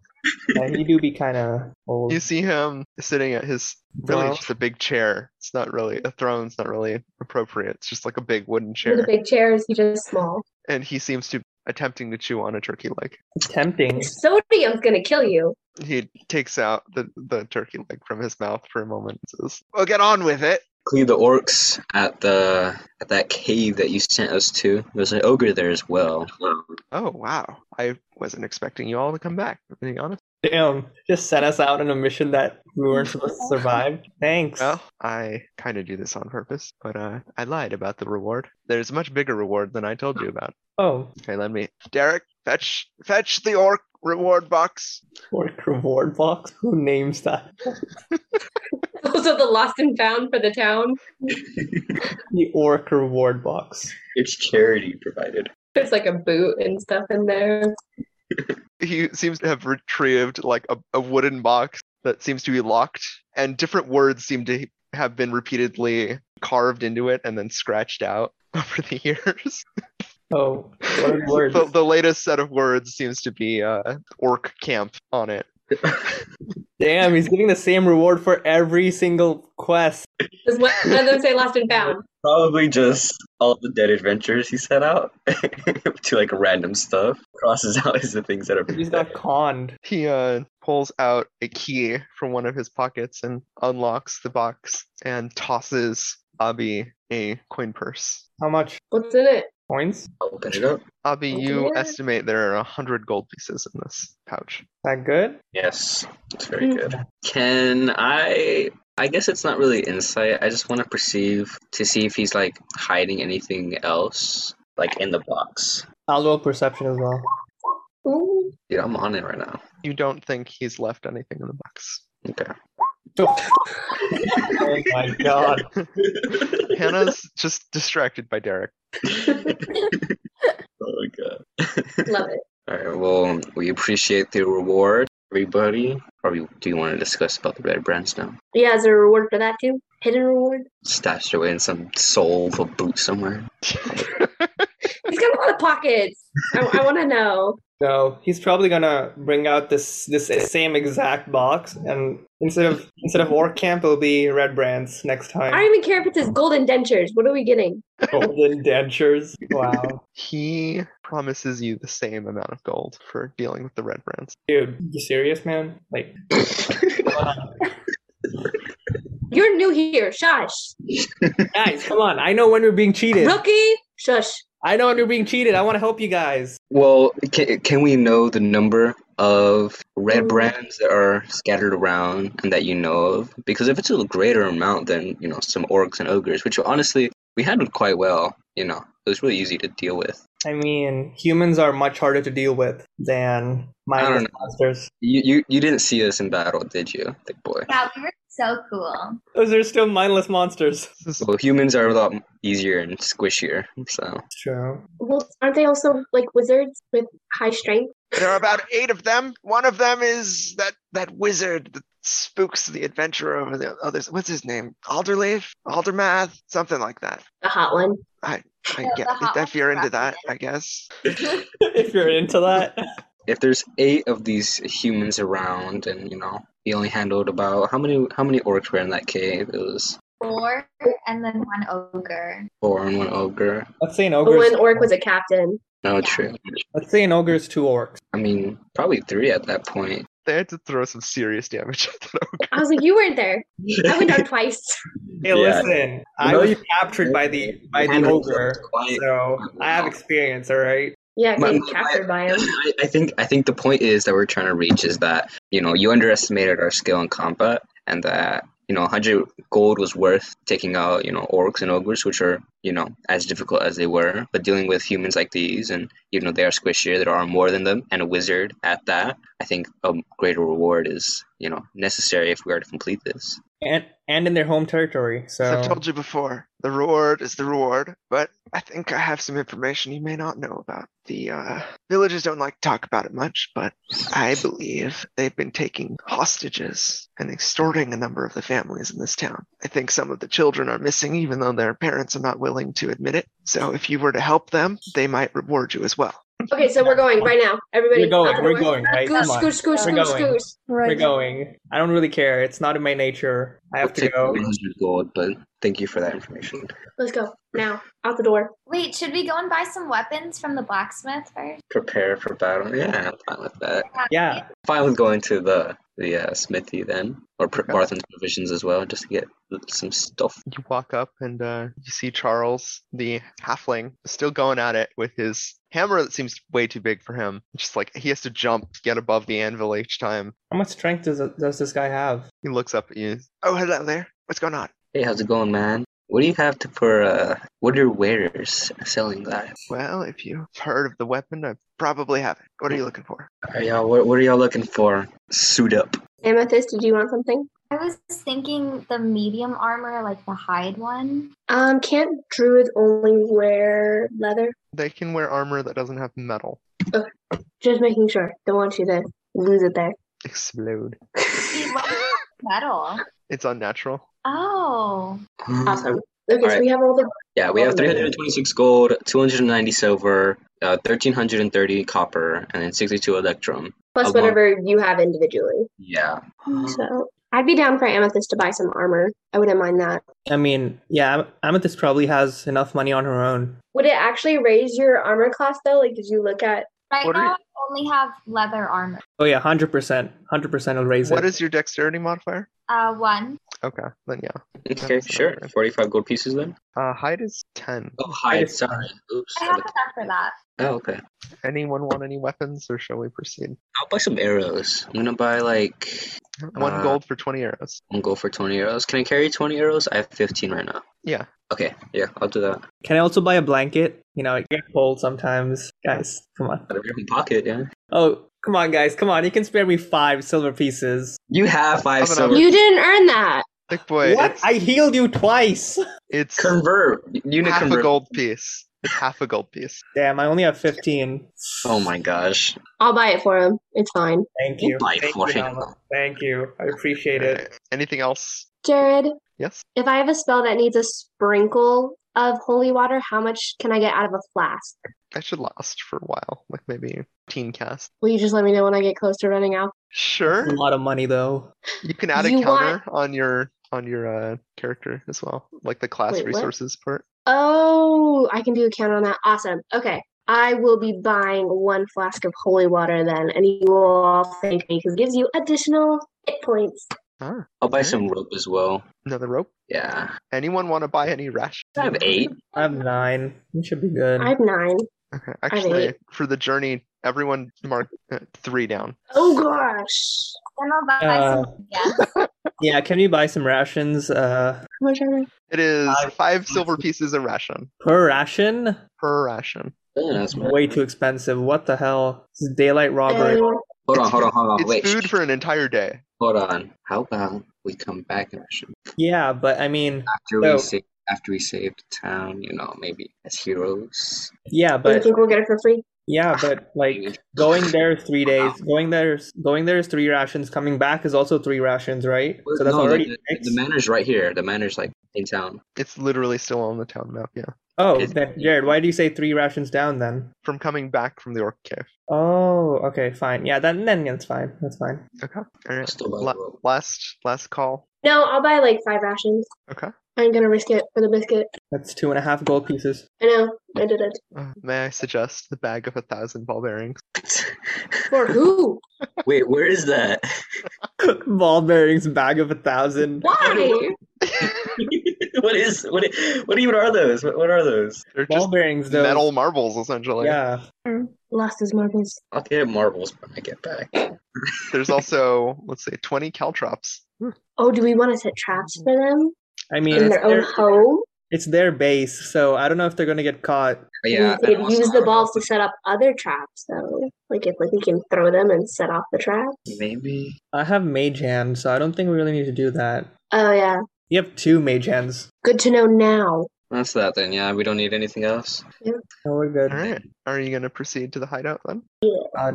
Speaker 4: Yeah, he do be kind of old.
Speaker 1: You see him sitting at his really
Speaker 4: Wow.
Speaker 1: just a big chair. It's not really a throne's not really appropriate. It's just like a big wooden
Speaker 2: The
Speaker 1: chair,
Speaker 2: big chair is just small.
Speaker 1: and he seems to be attempting to chew on a turkey leg.
Speaker 4: Tempting.
Speaker 2: Sodium's going to kill you. <laughs>
Speaker 1: He takes out the the turkey leg from his mouth for a moment and says, "Well, get on with it."
Speaker 6: Clear the orcs at the at that cave that you sent us to. There's an ogre there as well.
Speaker 1: Oh wow! I wasn't expecting you all to come back. To be honest.
Speaker 4: Damn. Just set us out on a mission that we weren't supposed to survive. Thanks.
Speaker 1: Well, I kind of do this on purpose, but uh, I lied about the reward. There's a much bigger reward than I told you about.
Speaker 4: oh,
Speaker 1: Okay, let me. Derek, fetch, fetch the orc reward box.
Speaker 4: orc reward box. Who names that?
Speaker 2: Those are the lost and found for the town.
Speaker 4: The orc reward box.
Speaker 6: It's charity provided.
Speaker 2: There's like a boot and stuff in there.
Speaker 1: He seems to have retrieved like a, a wooden box that seems to be locked, and different words seem to have been repeatedly carved into it and then scratched out <laughs> over the years.
Speaker 4: Oh, what are the <laughs> words?
Speaker 1: the, the latest set of words seems to be uh, orc camp on it.
Speaker 4: Damn, he's giving the same reward for every single quest.
Speaker 2: Does one of them say lost and found?
Speaker 6: Probably just all the dead adventures he set out <laughs> to like random stuff. Crosses out as the things that are.
Speaker 4: He's
Speaker 6: <laughs>
Speaker 4: got conned.
Speaker 1: He uh, pulls out a key from one of his pockets and unlocks the box and tosses Abby a coin purse.
Speaker 4: How much
Speaker 2: What's in it?
Speaker 4: points?
Speaker 6: Open it up.
Speaker 1: Abby, you
Speaker 2: Yeah.
Speaker 1: estimate there are a hundred gold pieces in this pouch.
Speaker 4: That good?
Speaker 6: Yes, that's very good. Can I? I guess it's not really insight. I just want to perceive to see if he's like hiding anything else, like in the box.
Speaker 4: I'll roll perception as <laughs> well.
Speaker 2: Ooh.
Speaker 6: Dude, I'm on it right now.
Speaker 1: You don't think he's left anything in the box.
Speaker 6: <laughs> Okay.
Speaker 4: Oh my god.
Speaker 1: Hannah's just distracted by Derek. <laughs>
Speaker 6: Oh my god.
Speaker 2: Love it.
Speaker 6: Oh <laughs> All right. Well, we appreciate the reward. everybody. Or you- do you want to discuss about the red branch now?
Speaker 2: Yeah, is there a reward for that too? Hidden reward?
Speaker 6: Stashed away in some soulful boot somewhere.
Speaker 2: He's got a lot of pockets. I, I want to know.
Speaker 4: No, he's probably gonna bring out this this same exact box, and instead of instead of orc camp, it'll be red brands next
Speaker 2: I don't
Speaker 4: time.
Speaker 2: even care if it says gold indentures. What are we getting?
Speaker 4: Golden dentures. Wow,
Speaker 1: He promises you the same amount of gold for dealing with the red brands.
Speaker 4: dude, you serious, man? Like, wow.
Speaker 2: You're new here. Shush.
Speaker 4: guys, come on! I know when we're being cheated.
Speaker 2: Rookie? Shush.
Speaker 4: I know when we're being cheated. I want to help you guys.
Speaker 6: Well, can, can we know the number of red
Speaker 2: Mm.
Speaker 6: brands that are scattered around and that you know of? Because if it's a greater amount than, you know, some orcs and ogres, which honestly we handled quite well, you know, it was really easy to deal with.
Speaker 4: I mean, humans are much harder to deal with than mindless
Speaker 6: know.
Speaker 4: monsters.
Speaker 6: You you, you didn't see us in battle, did you, thick boy?
Speaker 5: Yeah, we were so cool.
Speaker 4: Those are still mindless monsters.
Speaker 1: This is
Speaker 6: Well, humans are a lot easier and squishier, so
Speaker 4: It's true.
Speaker 2: Well, aren't they also like wizards with high strength?
Speaker 1: There are about eight of them. One of them is that that wizard that spooks the adventurer over the others. What's his name? Alderleaf, Aldermath, something like that.
Speaker 2: The hot one.
Speaker 1: I
Speaker 5: Yeah,
Speaker 1: get
Speaker 5: the hot
Speaker 1: if you're into that,
Speaker 5: rabbit.
Speaker 1: I guess.
Speaker 4: <laughs> if you're into that.
Speaker 6: if there's eight of these humans around and you know we only handled about how many how many orcs were in that cave it was
Speaker 5: Four and then one ogre.
Speaker 6: four and one ogre
Speaker 4: Let's say an
Speaker 2: But
Speaker 4: ogre's
Speaker 2: When Orc was a captain.
Speaker 6: no
Speaker 5: Yeah.
Speaker 6: true
Speaker 4: let's say an ogre's two orcs.
Speaker 6: i mean probably three at that point
Speaker 1: They had to throw some serious damage at that ogre.
Speaker 2: I was like, you weren't there. <laughs> I went
Speaker 6: <laughs>
Speaker 2: down twice.
Speaker 4: Hey,
Speaker 6: Yeah.
Speaker 4: listen, I
Speaker 6: No,
Speaker 4: was
Speaker 6: you-
Speaker 4: captured by the by the
Speaker 6: Handled
Speaker 4: ogre,
Speaker 6: quite-
Speaker 4: so I have experience. All right.
Speaker 2: Yeah,
Speaker 6: My-
Speaker 2: getting
Speaker 6: my-
Speaker 2: captured by him.
Speaker 6: I, I think i think the point is that we're trying to reach is that you know you underestimated our skill in combat and that you know 100 gold was worth taking out you know orcs and ogres which are you know as difficult as they were but dealing with humans like these and you know they are squishier there are more than them and a wizard at that i think a greater reward is you know necessary if we are to complete this
Speaker 4: And and in their home territory,
Speaker 1: As
Speaker 4: so
Speaker 1: I've told you before, the reward is the reward, but I think I have some information you may not know about. The uh, villagers don't like to talk about it much, but I believe they've been taking hostages and extorting a number of the families in this town. I think some of the children are missing, even though their parents are not willing to admit it. So if you were to help them, they might reward you as well.
Speaker 2: Okay, so we're going right now. Everybody.
Speaker 4: we're
Speaker 2: out
Speaker 4: going,
Speaker 2: the
Speaker 4: we're
Speaker 2: door.
Speaker 4: going, right?
Speaker 2: Goose,
Speaker 4: Come on,
Speaker 2: goose, goose,
Speaker 4: We're
Speaker 2: goose,
Speaker 4: going.
Speaker 2: goose.
Speaker 4: we're
Speaker 3: Right.
Speaker 4: going. I don't really care. It's not in my nature. I have to
Speaker 6: <laughs>
Speaker 4: go.
Speaker 6: 100 gold but thank you for that information
Speaker 2: Let's go now. Out the door.
Speaker 5: Wait, should we go and buy some weapons from the blacksmith first?
Speaker 6: prepare for battle yeah i'm fine with that
Speaker 4: Yeah,
Speaker 6: fine with going to the the uh, smithy then, or pr-
Speaker 1: Okay.
Speaker 6: Barthen's provisions as well, just to get some stuff.
Speaker 1: You walk up and uh, you see Charles, the halfling, still going at it with his hammer that seems way too big for him. Just like he has to jump to get above the anvil each time.
Speaker 4: how much strength does does this guy have?
Speaker 1: He looks up at you. Oh, hello there. What's going on?
Speaker 6: Hey, how's it going, man? What do you have to, for uh, what are wares selling that?
Speaker 1: Well, if you've heard of the weapon, I probably haven't. What are you looking for?
Speaker 6: Are y'all what, what are y'all looking for? Suit up.
Speaker 2: Amethyst, did you want something?
Speaker 5: I was thinking the medium armor, like the hide one.
Speaker 2: Um, can't druids only wear leather?
Speaker 1: They can wear armor that doesn't have metal.
Speaker 2: Just making sure. Don't want you to lose it there.
Speaker 1: Explode.
Speaker 5: Wait, what is metal?
Speaker 1: It's unnatural.
Speaker 5: Oh,
Speaker 2: Awesome. Okay, so
Speaker 6: Alright.
Speaker 2: we have Mm. all the.
Speaker 6: Yeah, we have 326 gold, 290 silver, uh, 1330 copper, and then 62 electrum.
Speaker 2: Plus
Speaker 6: I'll go.
Speaker 2: whatever you have individually.
Speaker 6: Yeah.
Speaker 2: So I'd be down for Amethyst to buy some armor. I wouldn't mind that.
Speaker 4: I mean, yeah, Am- Amethyst probably has enough money on her own.
Speaker 2: Would it actually raise your armor class though? Like, did you look at?
Speaker 5: right
Speaker 1: What are
Speaker 5: now I only have leather armor.
Speaker 4: Oh yeah, hundred percent, hundred percent will raise
Speaker 1: What
Speaker 4: it.
Speaker 1: is your dexterity modifier?
Speaker 5: Uh, one.
Speaker 1: Okay, then yeah.
Speaker 6: Okay,
Speaker 1: That's
Speaker 6: sure.
Speaker 1: better.
Speaker 6: 45 gold pieces then.
Speaker 1: Uh, hide is 10.
Speaker 6: Oh, hide.
Speaker 4: just-
Speaker 6: Sorry. Oops.
Speaker 5: I have enough for that.
Speaker 6: Oh, okay.
Speaker 1: Anyone want any weapons or shall we proceed?
Speaker 6: I'll buy some arrows. I'm gonna buy like
Speaker 1: One
Speaker 6: Uh,
Speaker 1: gold for 20 arrows.
Speaker 6: one gold for 20 arrows. Can I carry 20 arrows? I have 15 right now.
Speaker 1: Yeah.
Speaker 6: Okay, yeah, I'll do that.
Speaker 4: Can I also buy a blanket? You know, it gets cold sometimes. Guys, come on.
Speaker 6: Out of your own pocket, yeah.
Speaker 4: Oh, come on, guys, come on. You can spare me five silver pieces.
Speaker 6: You have five
Speaker 1: Coming up.
Speaker 6: silver.
Speaker 2: You didn't earn that.
Speaker 1: Thick boy,
Speaker 4: what?
Speaker 1: it's,
Speaker 4: I healed you twice. <laughs>
Speaker 1: it's
Speaker 6: Convert. You need to
Speaker 1: half a
Speaker 6: convert.
Speaker 1: gold piece. half a gold piece.
Speaker 4: Damn, I only have 15.
Speaker 6: Oh my gosh.
Speaker 2: I'll buy it for him. It's fine.
Speaker 4: Thank
Speaker 6: You
Speaker 4: you.
Speaker 6: buy
Speaker 4: Thank
Speaker 6: for
Speaker 4: you,
Speaker 6: it.
Speaker 4: Nala. Thank you. I appreciate
Speaker 1: All
Speaker 4: it.
Speaker 1: right. Anything else?
Speaker 2: Jared,
Speaker 1: Yes.
Speaker 2: if I have a spell that needs a sprinkle of holy water, how much can I get out of a flask?
Speaker 1: That should last for a while, like maybe teen cast.
Speaker 2: Will you just let me know when I get close to running out?
Speaker 1: Sure.
Speaker 4: It's a lot of money, though.
Speaker 1: You can add a
Speaker 2: You
Speaker 1: counter on your on your uh, character as well, like the class
Speaker 2: Wait, what?
Speaker 1: resources part.
Speaker 2: Oh, I can do a count on that. Awesome. Okay. I will be buying one flask of holy water then, and you will all thank me because it gives you additional hit points.
Speaker 1: Ah,
Speaker 6: I'll buy
Speaker 1: Okay.
Speaker 6: some rope as well.
Speaker 1: another rope.
Speaker 6: Yeah.
Speaker 1: Anyone want to buy any rations?
Speaker 6: I have eight.
Speaker 4: I have nine. You should be good.
Speaker 2: I have nine.
Speaker 1: <laughs> Okay. Actually,
Speaker 2: eight.
Speaker 1: for the journey, everyone mark uh, three down.
Speaker 2: Oh gosh.
Speaker 5: Then I'll buy
Speaker 4: Uh,
Speaker 5: some. Yeah.
Speaker 4: Yeah, can we buy some rations uh,
Speaker 2: How much are they?
Speaker 1: It is
Speaker 4: I-
Speaker 1: five silver pieces a ration
Speaker 4: per ration?
Speaker 1: per ration.
Speaker 6: Yeah, that's my-
Speaker 4: Way too expensive. What the hell? This is daylight robbery.
Speaker 2: Uh,
Speaker 6: Hold on, hold on, hold on.
Speaker 1: It's
Speaker 6: Wait.
Speaker 1: food for an entire day.
Speaker 6: Hold on. How about we come back and ration
Speaker 4: Yeah, but I mean,
Speaker 6: after
Speaker 1: Oh.
Speaker 4: No.
Speaker 6: we save after we save the town? You know, maybe as heroes.
Speaker 4: yeah,
Speaker 2: do you
Speaker 4: but
Speaker 2: think we'll get it for free?
Speaker 4: yeah, but like going there is three days. Going there is going there is three rations. Coming back is also three rations, right?
Speaker 6: Well,
Speaker 4: So that's
Speaker 6: no, the-
Speaker 4: already
Speaker 6: the,
Speaker 4: six.
Speaker 6: the manor's right here. The manor's like in town.
Speaker 1: It's literally still on the town map. Yeah,
Speaker 4: oh,
Speaker 6: It's-
Speaker 4: then Jared, why do you say three rations down then?
Speaker 1: from coming back from the orc cave.
Speaker 4: Oh, okay, fine. Yeah, then then it's fine. That's fine.
Speaker 1: Okay. All right.
Speaker 6: Still by the
Speaker 1: La-
Speaker 6: road. <laughs>
Speaker 1: last last call.
Speaker 2: No, I'll buy like five rations.
Speaker 1: Okay.
Speaker 2: I'm gonna risk it for the biscuit.
Speaker 4: That's two and a half gold pieces. <laughs>
Speaker 2: I know, I did it.
Speaker 1: Uh, may I suggest the bag of a thousand ball bearings?
Speaker 2: For who?
Speaker 6: Wait, where is that? <laughs>
Speaker 4: Ball bearings, bag of a thousand.
Speaker 2: Why?
Speaker 6: what is what? i- What even are those? What, what are those?
Speaker 1: They're
Speaker 4: Ball
Speaker 1: just
Speaker 4: bearings, though.
Speaker 1: metal marbles, essentially.
Speaker 4: Yeah.
Speaker 2: Lost his marbles.
Speaker 6: I'll get marbles when I get back.
Speaker 1: There's also, let's say, 20 caltrops.
Speaker 2: Oh, do we want to set traps for them
Speaker 4: I mean,
Speaker 2: in
Speaker 4: it's
Speaker 2: their own
Speaker 4: their,
Speaker 2: home?
Speaker 4: it's their base, so I don't know if they're gonna get caught.
Speaker 6: But yeah,
Speaker 2: we could
Speaker 6: and also
Speaker 2: use
Speaker 6: I
Speaker 2: the
Speaker 6: don't
Speaker 2: balls to set up other traps, though. Like if like we can throw them and set off the trap.
Speaker 6: know, Maybe.
Speaker 4: I have mage hand, so I don't think we really need to do that.
Speaker 2: Oh yeah,
Speaker 4: You have two mage hands.
Speaker 2: good to know now.
Speaker 6: That's that then. Yeah, we don't need anything else.
Speaker 4: Oh, we're good.
Speaker 1: All right. Are you going to proceed to the hideout then?
Speaker 4: God,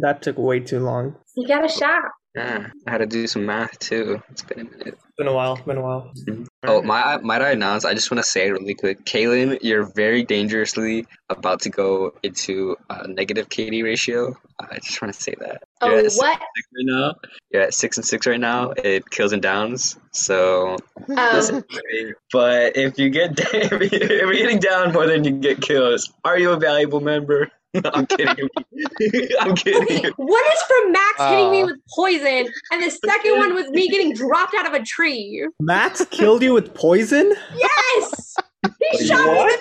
Speaker 4: that took way too long.
Speaker 2: You got a shop.
Speaker 6: Yeah, I had to do some math too. It's been a minute.
Speaker 4: Been a while. Been a while.
Speaker 6: Oh, my, might I announce? I just want to say really quick, Kaylin, you're very dangerously about to go into a negative KD ratio. I just want to say that.
Speaker 2: Oh
Speaker 6: You're at six
Speaker 2: <laughs> what?
Speaker 6: and six right now. You're at six and six right now. It kills and downs. So
Speaker 2: Oh,
Speaker 6: But if you get <laughs> if you- if you're getting down more than you get kills, are you a valuable member? <laughs> I'm kidding. I'm
Speaker 2: okay.
Speaker 6: kidding.
Speaker 2: One is from Max hitting me
Speaker 1: Uh.
Speaker 2: with poison, and the second one was me getting dropped out of a tree.
Speaker 4: Max killed you with <laughs> poison.
Speaker 2: Yes, he shot me in the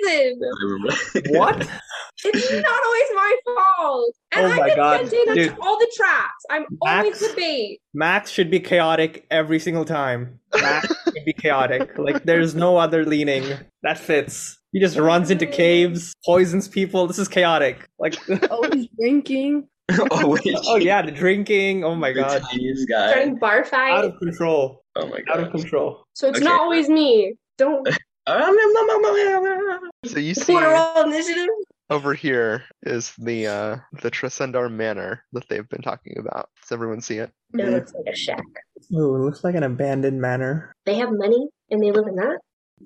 Speaker 2: back with poison.
Speaker 4: What? <laughs>
Speaker 2: It's not always my fault. And
Speaker 4: Oh my
Speaker 2: I've been
Speaker 4: God,
Speaker 2: sent in
Speaker 4: dude.
Speaker 2: on all the traps. I'm always
Speaker 4: Max-
Speaker 2: the bait.
Speaker 4: Max should be chaotic every single time. Max should be chaotic. Like there's no other leaning that fits. He just runs into caves, poisons people. This is chaotic. Like, <laughs>
Speaker 3: Always Oh, drinking.
Speaker 6: <laughs> oh wait.
Speaker 4: oh yeah, the drinking. Oh my
Speaker 6: The
Speaker 4: god,
Speaker 6: tiniest guy.
Speaker 2: During bar
Speaker 4: out
Speaker 2: fight,
Speaker 4: of control.
Speaker 6: Oh my
Speaker 4: Out of
Speaker 6: god.
Speaker 4: control.
Speaker 2: so it's
Speaker 6: Okay.
Speaker 2: not always me.
Speaker 4: <laughs>
Speaker 2: Don't <laughs>
Speaker 1: So you see
Speaker 2: quarter all initiative.
Speaker 1: over here is the uh, the Tresendar Manor that they've been talking about. Does everyone see it?
Speaker 4: Mm-hmm.
Speaker 2: It looks like a shack.
Speaker 4: Ooh, looks like an abandoned manor.
Speaker 2: They have money and they live in that.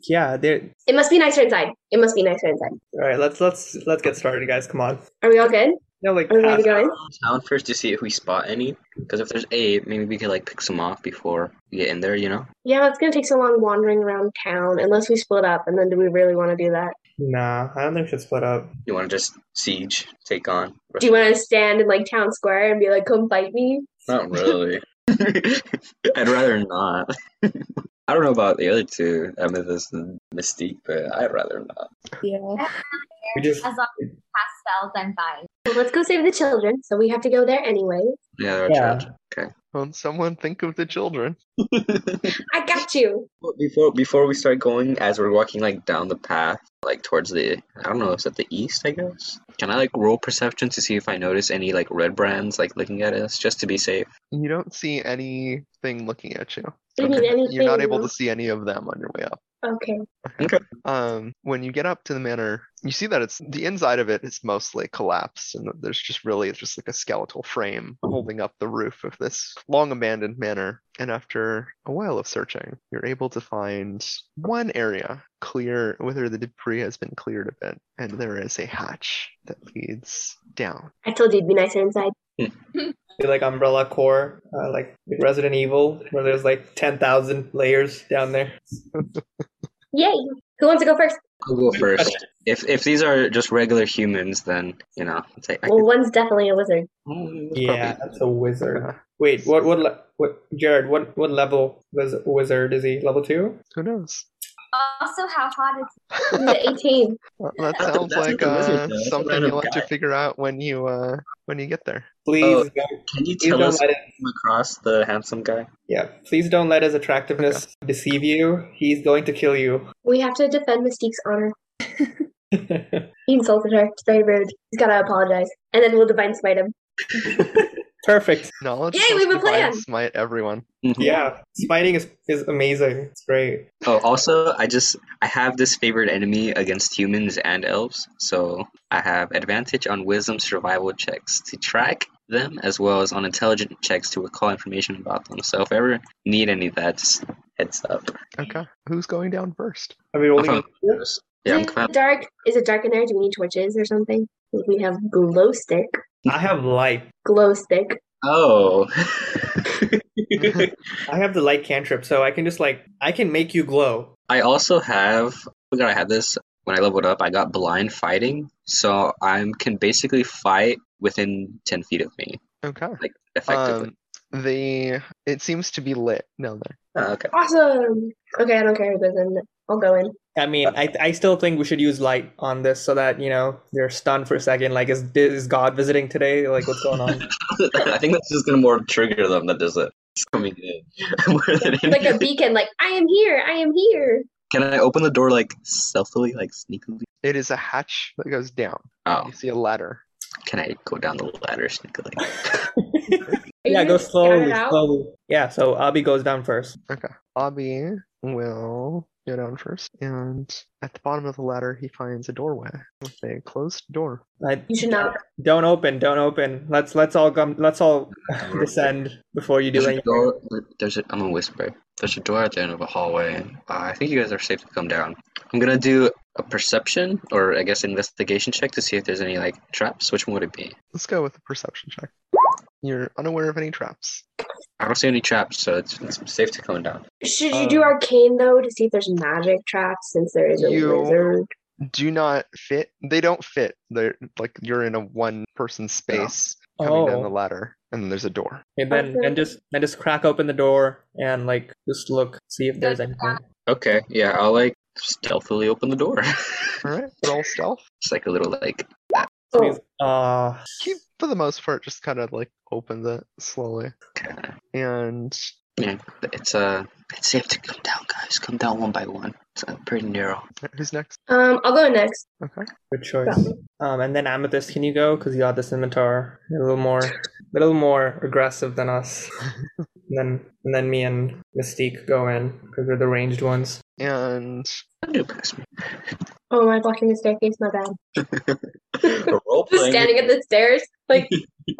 Speaker 4: Yeah, there.
Speaker 2: It must be nicer inside. It must be nicer inside.
Speaker 4: All right, let's let's let's get started, guys. Come on.
Speaker 2: Are we all good?
Speaker 4: No, like
Speaker 2: Are we ready
Speaker 4: ask-
Speaker 2: to go in?
Speaker 6: Town first to see if we spot any. Because if there's eight, maybe we could like pick some off before we get in there. You know.
Speaker 2: Yeah, it's gonna take so long wandering around town unless we split up. And then do we really want to do that?
Speaker 4: Nah, I don't think we should split up.
Speaker 6: You want to just siege, take on.
Speaker 2: Do you want to stand in like town square and be like, "Come fight me"?
Speaker 6: Not really. <laughs> I'd rather not. <laughs> I don't know about the other two, Amethyst and Mystique, but I'd rather not.
Speaker 3: Yeah.
Speaker 4: We just
Speaker 5: As long as it's past spells, I'm fine.
Speaker 2: Well, let's go save the children. So we have to go there anyway.
Speaker 6: Yeah, they're
Speaker 4: Yeah.
Speaker 6: trash.
Speaker 1: Won't someone think of the children?
Speaker 6: <laughs>
Speaker 2: I got you.
Speaker 6: Well, Before before we start going, as we're walking like down the path, like towards the I don't know, is that the east? I guess. Can I like roll perception to see if I notice any like red brands like looking at us, just to be safe?
Speaker 1: You don't see anything looking at you.
Speaker 2: What do you mean anything?
Speaker 1: You're not able to see any of them on your way up.
Speaker 2: Okay.
Speaker 1: Um, when you get up to the manor, you see that it's the inside of it is mostly collapsed, and that there's just really it's just like a skeletal frame holding up the roof of this long abandoned manor. And after a while of searching, you're able to find one area clear, whether the debris has been cleared a bit, and there is a hatch that leads down.
Speaker 2: I told you it'd be nicer inside.
Speaker 4: Be like Umbrella Core, uh, like Resident Evil, where there's like 10,000 layers down there.
Speaker 2: Yay! Who wants to go first?
Speaker 6: I'll go first. If if these are just regular humans, then you know, I'll take. I
Speaker 2: Well, one's definitely a wizard.
Speaker 6: can-
Speaker 4: Yeah, that's a wizard.
Speaker 1: Uh,
Speaker 4: Wait, what, what, le- what, Jared, what, what level was wizard is he? Level two?
Speaker 1: who knows? <laughs>
Speaker 5: Also, how hot is
Speaker 2: He's
Speaker 6: <laughs>
Speaker 2: at 18.
Speaker 1: Well, that
Speaker 6: That's a-
Speaker 1: sounds
Speaker 6: that's
Speaker 1: like
Speaker 6: what the wizard
Speaker 1: uh,
Speaker 6: does. That's a
Speaker 1: something
Speaker 6: random
Speaker 1: you'll have to
Speaker 6: guy.
Speaker 1: figure out when you uh, when you get there.
Speaker 4: Please,
Speaker 6: Oh,
Speaker 4: don't,
Speaker 6: Can you
Speaker 4: please
Speaker 6: tell
Speaker 4: don't
Speaker 6: us
Speaker 4: let it.
Speaker 6: come across the handsome guy?
Speaker 4: Yeah, please don't let his attractiveness deceive you. He's going to kill you. <laughs>
Speaker 2: We have to defend Mystique's honor. He insulted her. It's very rude. He's gotta apologize. And then we'll divine smite him.
Speaker 4: Perfect.
Speaker 1: Knowledge.
Speaker 2: Yay,
Speaker 1: plus
Speaker 2: we have a
Speaker 1: divine
Speaker 2: plan!
Speaker 1: Smite everyone.
Speaker 4: Yeah, spiting is, is amazing. It's great.
Speaker 6: Oh, also, I just I have this favored enemy against humans and elves, so I have advantage on wisdom survival checks to track them, as well as on intelligent checks to recall information about them. So if I ever need any of that, just heads up.
Speaker 1: Okay, who's going down first?
Speaker 4: Are we rolling?
Speaker 6: Okay.
Speaker 4: initiative?
Speaker 6: Yeah, I'm
Speaker 2: is it
Speaker 6: glad-
Speaker 2: dark? Is it dark in there? Do we need torches or something? We have glow stick.
Speaker 4: I have light.
Speaker 2: Glow stick.
Speaker 6: Oh.
Speaker 4: I have the light cantrip, so I can just like I can make you glow.
Speaker 6: I also have. I forgot I had this when I leveled up. I got blind fighting, so I can basically fight within ten feet of me
Speaker 1: Okay.
Speaker 6: effectively.
Speaker 1: Um, the it seems to be lit down there.
Speaker 6: Oh, okay.
Speaker 2: Awesome. Okay, I don't care who goes in. I'll go in.
Speaker 4: I mean, I I still think we should use light on this so that you know they're stunned for a second. Like, is is God visiting today? Like, what's
Speaker 2: <laughs>
Speaker 4: going on?
Speaker 6: <laughs> I think that's just gonna more trigger them that there's a it's coming in <laughs> more than
Speaker 2: Like a
Speaker 6: <laughs> anything.
Speaker 2: beacon, like, I am here, I am here.
Speaker 6: Can I open the door like stealthily, like sneakily?
Speaker 1: It is a hatch that goes down.
Speaker 6: Oh,
Speaker 1: You see a ladder.
Speaker 6: can I go down the ladder sneakily?
Speaker 2: Are you
Speaker 4: yeah,
Speaker 2: gonna
Speaker 4: go
Speaker 2: scout
Speaker 4: slowly,
Speaker 2: it out?
Speaker 4: slowly. Yeah, so Abby goes down first.
Speaker 1: Bobby will go down first, and at the bottom of the ladder, he finds a doorway with a closed door.
Speaker 4: I,
Speaker 2: You should not.
Speaker 4: Don't open. Don't open. Let's let's all come. Let's all <laughs> descend before you do
Speaker 6: There's a
Speaker 4: anything.
Speaker 6: door. There's a. I'm gonna whisper. There's a door at the end of a hallway. Uh, I think you guys are safe to come down. I'm gonna do a perception or I guess investigation check to see if there's any like traps. Which one would it be?
Speaker 1: Let's go with a perception check. You're unaware of any traps.
Speaker 6: I don't see any traps, so it's, it's safe to come down.
Speaker 2: Should you do
Speaker 1: Um,
Speaker 2: arcane though to see if there's magic traps since there is a
Speaker 1: You-
Speaker 2: wizard?
Speaker 1: Do not fit. They don't fit. They're like you're in a one-person space coming down the
Speaker 4: Oh,
Speaker 1: ladder, and there's a door.
Speaker 4: and then then just then just crack open the door and like just look, see if there's anything.
Speaker 6: Okay, yeah, I'll like stealthily open the door. <laughs>
Speaker 1: All right, roll stealth.
Speaker 6: It's like a little like
Speaker 2: Oh,
Speaker 4: Uh,
Speaker 1: You, for the most part, just kind of like opens it slowly,
Speaker 6: kinda
Speaker 1: and
Speaker 6: Yeah, but it's uh, it's safe to come down, guys. Come down one by one. It's uh, pretty narrow.
Speaker 1: who's next?
Speaker 2: um, I'll go next.
Speaker 1: Okay.
Speaker 4: good choice. Um, and then Amethyst, can you go? Because you got the scimitar. You're A little more, a little more aggressive than us.
Speaker 2: <laughs>
Speaker 4: and then and then me and Mystique go in because we're the ranged ones.
Speaker 1: And
Speaker 6: Don't do pass me.
Speaker 2: Oh, am I blocking the staircase? My bad.
Speaker 6: Role
Speaker 2: Just standing at the stairs, like,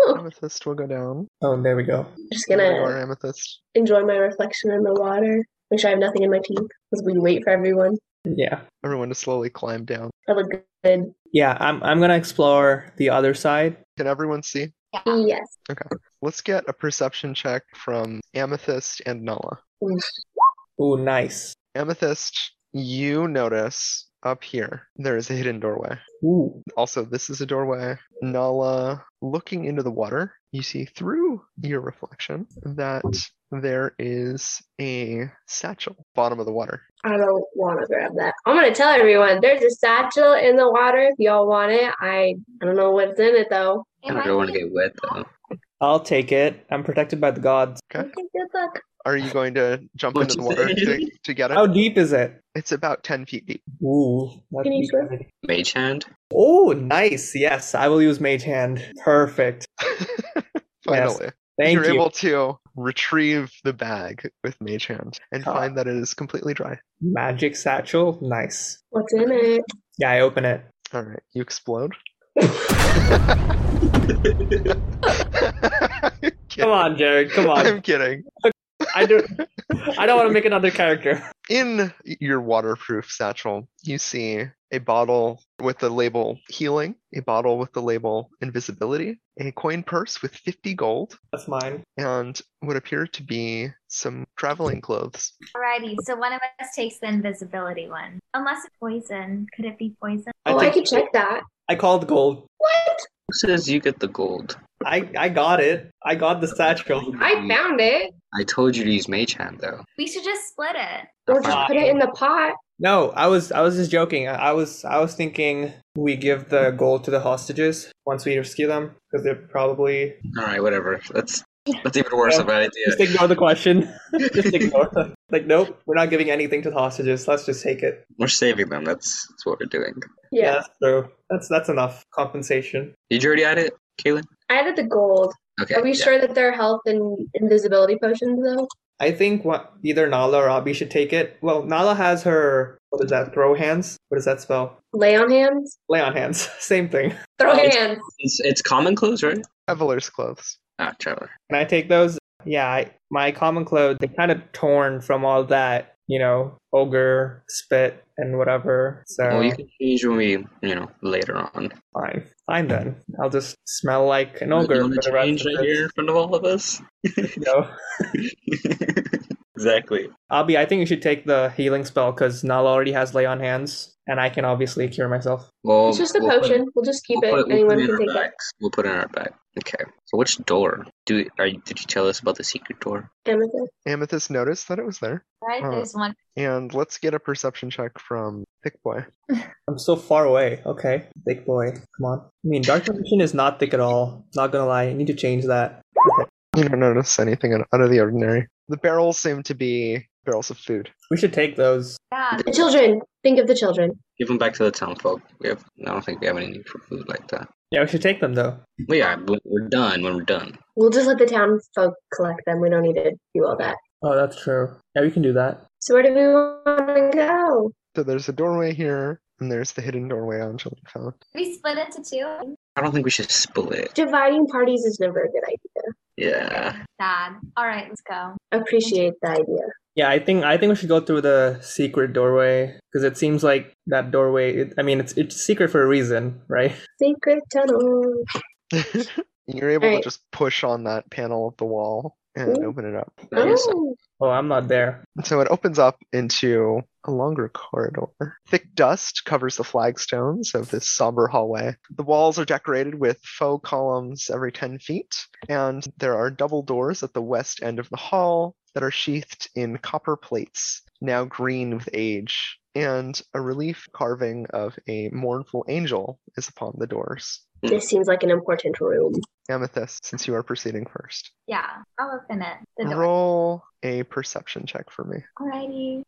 Speaker 2: oh,
Speaker 1: Amethyst will go down.
Speaker 4: Oh, there we go.
Speaker 2: just
Speaker 1: There you
Speaker 2: gonna
Speaker 1: are, Amethyst.
Speaker 2: enjoy my reflection in the water. Make sure I have nothing in my teeth because we wait for everyone.
Speaker 4: Yeah,
Speaker 1: Everyone to slowly climb down.
Speaker 2: I look good.
Speaker 4: yeah. I'm I'm gonna explore the other side.
Speaker 1: Can everyone see?
Speaker 5: Yeah.
Speaker 2: Yes.
Speaker 1: Let's get a perception check from Amethyst and Nala.
Speaker 4: Ooh, nice.
Speaker 1: Amethyst, you notice up here there is a hidden doorway.
Speaker 4: Ooh,
Speaker 1: Also, this is a doorway. Nala, looking into the water, you see through your reflection that there is a satchel bottom of the water.
Speaker 2: I don't want to grab that. I'm gonna tell everyone there's a satchel in the water if y'all want it. I I don't know what's in it though.
Speaker 6: I don't want to get wet though.
Speaker 4: I'll take it. I'm protected by the gods.
Speaker 1: Okay.
Speaker 2: Okay, good luck.
Speaker 1: Are you going to jump
Speaker 6: What'd
Speaker 1: into the
Speaker 6: you
Speaker 1: water
Speaker 6: say?
Speaker 1: to, to get it?
Speaker 4: How deep is it?
Speaker 1: It's about 10 feet deep. <laughs>
Speaker 4: Ooh, that's
Speaker 2: Can you
Speaker 4: deep.
Speaker 2: swim?
Speaker 6: Mage hand.
Speaker 4: Oh, nice. Yes, I will use Mage Hand. Perfect.
Speaker 1: Finally.
Speaker 4: Thank
Speaker 1: You're
Speaker 4: you.
Speaker 1: able to retrieve the bag with mage hand and
Speaker 4: Ah.
Speaker 1: find that it is completely dry.
Speaker 4: Magic satchel. Nice.
Speaker 2: What's in it?
Speaker 4: Yeah, I open it.
Speaker 1: All right, you explode.
Speaker 4: <laughs> Come on, Jared. Come
Speaker 1: <laughs>
Speaker 4: on.
Speaker 1: I'm kidding.
Speaker 4: I do. I don't want to make another character.
Speaker 1: In your waterproof satchel, you see a bottle with the label healing, a bottle with the label invisibility, a coin purse with 50 gold,
Speaker 4: That's mine.
Speaker 1: and what appear to be some traveling clothes.
Speaker 5: Alrighty, so one of us takes the invisibility one. Unless it's poison. Could it be poison?
Speaker 4: I
Speaker 2: oh, I
Speaker 4: think
Speaker 2: could check that.
Speaker 4: I called gold.
Speaker 6: Who says you get the gold?
Speaker 4: I I got it. I got the satchel.
Speaker 1: Mm-hmm.
Speaker 2: I found it.
Speaker 6: I told you to use mage hand though.
Speaker 5: We should just split it.
Speaker 2: Or
Speaker 1: Uh,
Speaker 2: just put it in the pot.
Speaker 4: No, I was I was just joking. I, I was I was thinking we give the gold to the hostages once we rescue them because they're probably
Speaker 6: All right, whatever. That's that's even worse
Speaker 4: Yeah.
Speaker 6: of an idea.
Speaker 4: just ignore the <laughs> question. just ignore. it. Like, nope, we're not giving anything to the hostages. Let's just take it.
Speaker 6: <laughs> We're saving them. That's that's what we're doing.
Speaker 2: Yeah.
Speaker 4: that's true. That's that's enough compensation.
Speaker 6: Did you already add it, Kaylin?
Speaker 2: I added the gold.
Speaker 6: Okay.
Speaker 2: Are we
Speaker 6: yeah.
Speaker 2: sure that they're health and invisibility potions though?
Speaker 4: I think what either Nala or Abby should take it. Well, Nala has her what is that? Throw hands. What does that spell?
Speaker 2: Lay on hands?
Speaker 4: Lay on hands. <laughs> Same thing.
Speaker 2: Throw
Speaker 6: Oh, it's-
Speaker 2: hands.
Speaker 6: It's, it's common clothes, right?
Speaker 1: Eveler's clothes.
Speaker 6: Ah, Trevor.
Speaker 4: Can I take those? Yeah, I, my common clothes they kind of torn from all that, you know, ogre spit and whatever. So
Speaker 6: well, you can change when we, you know, later on.
Speaker 4: fine, fine then. I'll just smell like an
Speaker 6: You-
Speaker 4: ogre
Speaker 6: you
Speaker 4: for
Speaker 6: wanna
Speaker 4: the rest
Speaker 6: change
Speaker 4: of
Speaker 6: right
Speaker 4: the
Speaker 6: here in front of all of us? <laughs>
Speaker 4: You know?
Speaker 6: exactly.
Speaker 4: Abby, I think you should take the healing spell because Nala already has lay on hands, and I can obviously cure myself.
Speaker 6: Well,
Speaker 2: It's just a
Speaker 6: we'll put-
Speaker 2: potion. we'll just keep
Speaker 6: we'll
Speaker 2: it.
Speaker 6: put- we'll
Speaker 2: Anyone
Speaker 6: put in
Speaker 2: can
Speaker 6: our
Speaker 2: take it.
Speaker 6: bags. We'll put it in our bag. Okay. So which door? Do are you, did you tell us about the secret door?
Speaker 2: Amethyst.
Speaker 1: Amethyst noticed that it was there.
Speaker 5: Right?
Speaker 1: Huh.
Speaker 5: There's one.
Speaker 1: And let's get a perception check from Thick Boy.
Speaker 4: I'm so far away. Okay, thick boy, come on. I mean, dark vision is not thick at all. Not gonna lie, I need to change that.
Speaker 1: You don't notice anything out of the ordinary. The barrels seem to be barrels of food.
Speaker 4: We should take those.
Speaker 5: Yeah.
Speaker 2: The children. Think of the children.
Speaker 6: Give them back to the town folk. We have. I don't think we have any need for food like that.
Speaker 4: Yeah, we should take them though.
Speaker 6: Well, yeah, we- we're done when we're done.
Speaker 2: We'll just let the town folk collect them. We don't need to do all that.
Speaker 4: Oh, that's true. Yeah, we can do that.
Speaker 2: So where do we want to go?
Speaker 1: So there's a doorway here, and there's the hidden doorway Angeline found.
Speaker 5: We split into two.
Speaker 6: I don't think we should split.
Speaker 2: Dividing parties is never a good idea.
Speaker 6: Yeah.
Speaker 5: Sad. All right, let's go.
Speaker 2: Appreciate the idea.
Speaker 4: Yeah, I think I think we should go through the secret doorway because it seems like that doorway. It, I mean, it's it's secret for a reason, right? <laughs>
Speaker 2: Secret tunnel.
Speaker 1: You're able
Speaker 2: Alright.
Speaker 1: to just push on that panel of the wall and
Speaker 2: Ooh.
Speaker 1: open it up.
Speaker 6: Nice.
Speaker 2: Oh,
Speaker 4: Oh, I'm not there.
Speaker 1: And so it opens up into a longer corridor. Thick dust covers the flagstones of this somber hallway. The walls are decorated with faux columns every 10 feet, and there are double doors at the west end of the hall that are sheathed in copper plates, now green with age, and a relief carving of a mournful angel is upon the doors.
Speaker 6: hmm.
Speaker 2: this seems like an important room.
Speaker 1: Amethyst, since you are proceeding first,
Speaker 5: Yeah, I'll open it. The door.
Speaker 1: roll a perception check for me.
Speaker 5: Alrighty.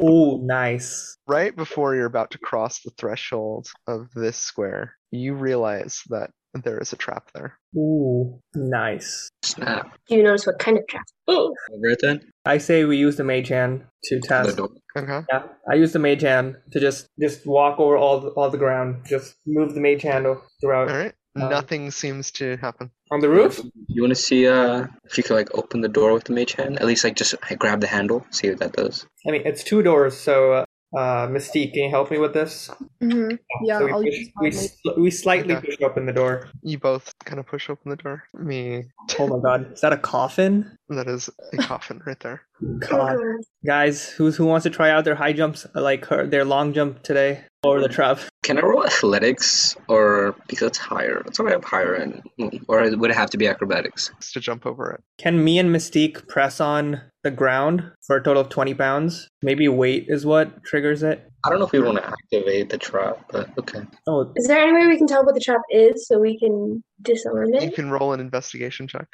Speaker 4: Oh, nice.
Speaker 1: right before you're about to cross the threshold of this square, you realize that there is a trap there.
Speaker 4: Ooh, nice.
Speaker 6: Snap.
Speaker 2: Do you notice what kind of trap? Oh,
Speaker 6: Over it then.
Speaker 4: I say we use the mage hand to
Speaker 6: The
Speaker 4: test.
Speaker 6: door.
Speaker 1: Okay.
Speaker 4: Yeah, I use the mage hand to just just walk over all the, all the ground. Just move the mage hand o-
Speaker 1: All
Speaker 4: throughout
Speaker 1: right.
Speaker 4: Um,
Speaker 1: Nothing seems to happen.
Speaker 4: on the roof.
Speaker 6: You want to see uh if you could like open the door with the mage hand? At least like just like, grab the handle, see what that does.
Speaker 4: I mean, it's two doors. So, uh, uh, Mystique, can you help me with this?
Speaker 3: hmm Yeah,
Speaker 4: so we,
Speaker 3: I'll
Speaker 4: push,
Speaker 3: use my
Speaker 4: we,
Speaker 3: mage-
Speaker 4: sl- we slightly
Speaker 1: Okay.
Speaker 4: push open the door.
Speaker 1: You both kind of push open the door. Me.
Speaker 4: Oh my god, is that a coffin?
Speaker 1: That is
Speaker 2: <laughs>
Speaker 1: a coffin right there.
Speaker 3: <laughs>
Speaker 4: God, guys, who's who wants to try out their high jumps, like her, their long jump today over the trap?
Speaker 6: Can I roll athletics or because it's higher? It's already higher and or would it have to be acrobatics?
Speaker 1: Just to jump over it.
Speaker 4: Can me and Mystique press on the ground for a total of twenty pounds? Maybe weight is what triggers it.
Speaker 6: I don't know if we want to activate the trap, but okay.
Speaker 4: Oh,
Speaker 2: Is there any way we can tell what the trap is so we can disarm
Speaker 1: You
Speaker 2: it?
Speaker 1: can roll an investigation check.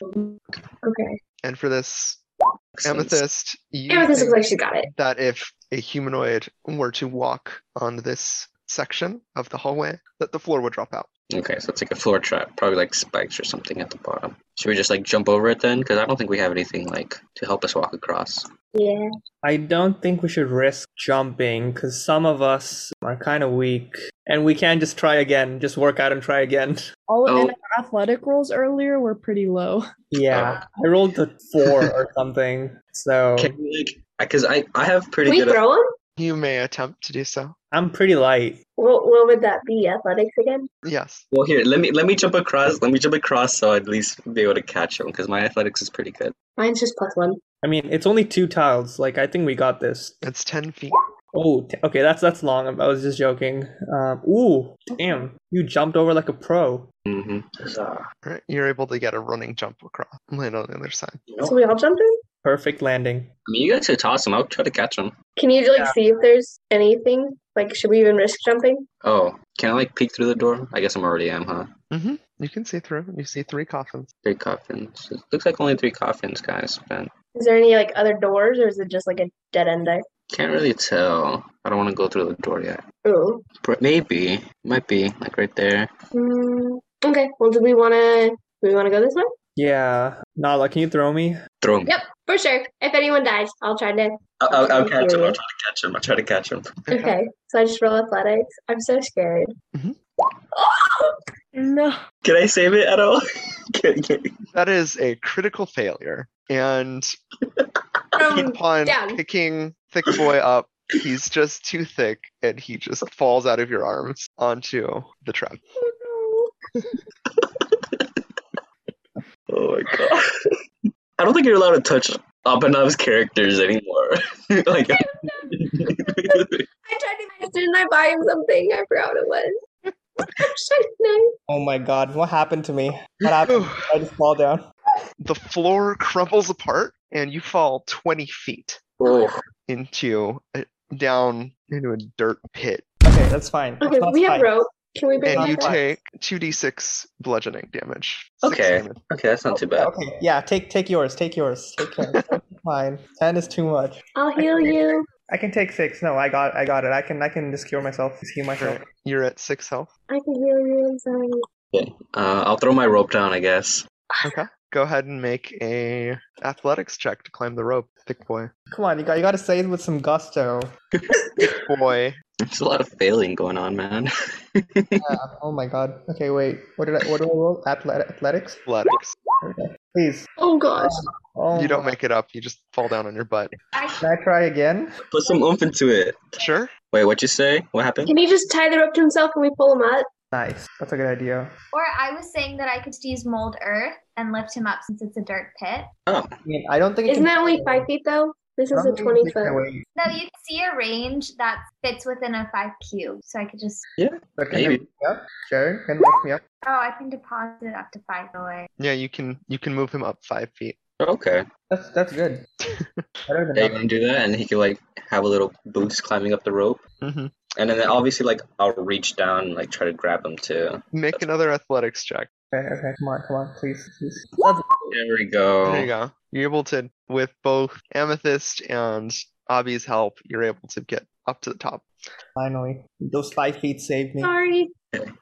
Speaker 2: Okay.
Speaker 1: And for this
Speaker 6: Makes sense.
Speaker 1: amethyst, you
Speaker 2: Amethyst
Speaker 1: think
Speaker 2: looks like she got it.
Speaker 1: that if a humanoid were to walk on this section of the hallway, that the floor would drop out.
Speaker 6: Okay, so it's like a floor trap, probably like spikes or something at the bottom. Should we just like jump over it then? Because I don't think we have anything like to help us walk across.
Speaker 2: Yeah.
Speaker 4: I don't think we should risk jumping because some of us are kind of weak, and we can just try again. Just work out and try again. <laughs>
Speaker 3: All
Speaker 6: Oh.
Speaker 3: and our athletic rolls earlier were pretty low. <laughs>
Speaker 4: Yeah, I rolled a four or <laughs> something, so
Speaker 6: Can we like? Because I I have pretty
Speaker 2: Can we
Speaker 6: good.
Speaker 2: throw them?
Speaker 1: You may attempt to do so.
Speaker 4: I'm pretty light.
Speaker 2: What, what would that be? Athletics again?
Speaker 1: Yes.
Speaker 6: Well, here let me let me jump across. Let me jump across so I'd at least be able to catch him because my athletics is pretty good.
Speaker 2: Mine's just plus one.
Speaker 4: I mean, it's only two tiles. Like, I think we got this.
Speaker 1: It's 10 feet.
Speaker 4: Oh, t- okay, that's that's long. I was just joking. Um, ooh, damn, you jumped over like a pro.
Speaker 6: Mm-hmm.
Speaker 1: Right? You're able to get a running jump across, land on the other side.
Speaker 2: So we all jump in?
Speaker 4: Perfect landing.
Speaker 6: I mean, you guys should toss him. I'll try to catch him.
Speaker 2: Can you like
Speaker 4: Yeah.
Speaker 2: see if there's anything? Like, should we even risk jumping?
Speaker 6: Oh, can I like peek through the door? I guess I'm already am, huh?
Speaker 1: You can see through. You see three coffins.
Speaker 6: Three coffins. It looks like only three coffins, guys. But
Speaker 2: Is there any like other doors, or is it just like a dead end there?
Speaker 6: can't really tell. I don't want to go through the door yet.
Speaker 2: Ooh.
Speaker 6: But maybe, might be like right there.
Speaker 2: Mm, okay. Well, do we want to? Do we want to go this way?
Speaker 4: Yeah, Nala, can you throw me?
Speaker 6: Throw him.
Speaker 2: Yep. For sure. If anyone dies, I'll try to.
Speaker 6: I'll, I'll, I'll
Speaker 2: Thank
Speaker 6: catch him.
Speaker 2: you.
Speaker 6: I'll try to catch him. I'll try to catch him.
Speaker 2: Okay. So I just roll athletics. I'm so <laughs> scared.
Speaker 1: Mhm.
Speaker 2: Oh!
Speaker 3: No.
Speaker 6: Can I save it at all? <laughs> Can- can-
Speaker 1: That is a critical failure. And
Speaker 2: From
Speaker 1: upon
Speaker 2: down.
Speaker 1: picking Thick Boy up, he's just too thick and he just falls out of your arms onto the trap.
Speaker 6: oh my god. <laughs> I don't think you're allowed to touch Abanov's characters anymore. <laughs> like. <laughs>
Speaker 2: I tried to imagine, didn't I buy him something? I forgot what <laughs> it was. I'm so nice.
Speaker 4: Oh my god, what happened to me?
Speaker 1: <sighs>
Speaker 4: What happened? I just fall down.
Speaker 1: the floor crumbles apart and you fall 20 feet
Speaker 6: oh.
Speaker 1: into a, down into a dirt pit
Speaker 4: Okay, that's fine.
Speaker 2: Okay,
Speaker 4: That's
Speaker 2: we have
Speaker 4: fine.
Speaker 2: rope. Can we bring
Speaker 1: and
Speaker 4: not
Speaker 1: you
Speaker 2: that up?
Speaker 1: take 2d6 bludgeoning damage. Six
Speaker 6: Okay.
Speaker 1: damage.
Speaker 6: Okay, that's not too bad.
Speaker 4: Okay, yeah, take take yours, take yours, take yours. <laughs> fine, ten is too much.
Speaker 2: I'll heal you.
Speaker 4: I can take six. No, I got I got it. I can I can just cure myself. Just heal myself.
Speaker 1: Right. You're at 6 health.
Speaker 2: I can heal you. I'm sorry.
Speaker 6: Uh, I'll throw my rope down, I guess.
Speaker 1: Okay. Go ahead and make a athletics check to climb the rope, thick boy.
Speaker 4: Come on, you got you got to say it with some gusto.
Speaker 1: Boy,
Speaker 6: There's a lot of failing going on, man.
Speaker 4: Yeah. Oh my god. Okay, wait. What did I what do I roll? Athlet- athletics?
Speaker 1: athletics.
Speaker 4: Please.
Speaker 2: Oh gosh.
Speaker 4: Oh,
Speaker 1: You don't make it up. You just fall down on your butt.
Speaker 4: Can I try again?
Speaker 6: Put some oomph into it.
Speaker 1: Sure.
Speaker 6: Wait, what you say? What happened?
Speaker 2: Can he just tie the rope to himself and we pull him up?
Speaker 4: Nice. That's a good idea.
Speaker 5: Or I was saying that I could just use mold earth and lift him up since it's a dirt pit.
Speaker 6: Oh,
Speaker 4: I mean, I don't think. it
Speaker 2: Isn't
Speaker 4: <laughs> can-
Speaker 2: that only five feet though? This
Speaker 4: I
Speaker 2: is a
Speaker 4: don't think it
Speaker 2: twenty
Speaker 4: can
Speaker 2: foot.
Speaker 4: wait.
Speaker 5: No, you can see a range that fits within a five cube. So I could just
Speaker 4: But can
Speaker 6: Maybe.
Speaker 4: you lift me up? Sharon, can you lift me up?
Speaker 5: oh, I can deposit it up to five away.
Speaker 1: Yeah, you can you can move him up five feet.
Speaker 6: Okay.
Speaker 4: That's
Speaker 1: <laughs>
Speaker 4: that's good. Better than
Speaker 6: Yeah, you
Speaker 4: nothing.
Speaker 6: can do that, and he can like have a little boost climbing up the rope,
Speaker 1: hmm
Speaker 6: and then obviously like I'll reach down and like try to grab him too.
Speaker 1: Make another athletics check.
Speaker 4: Okay, okay. Come on, come on, please, please.
Speaker 6: There we go.
Speaker 1: There you go. You're able to, with both Amethyst and Abby's help, you're able to get up to the top.
Speaker 4: Finally, those five feet saved me. No,
Speaker 2: Sorry.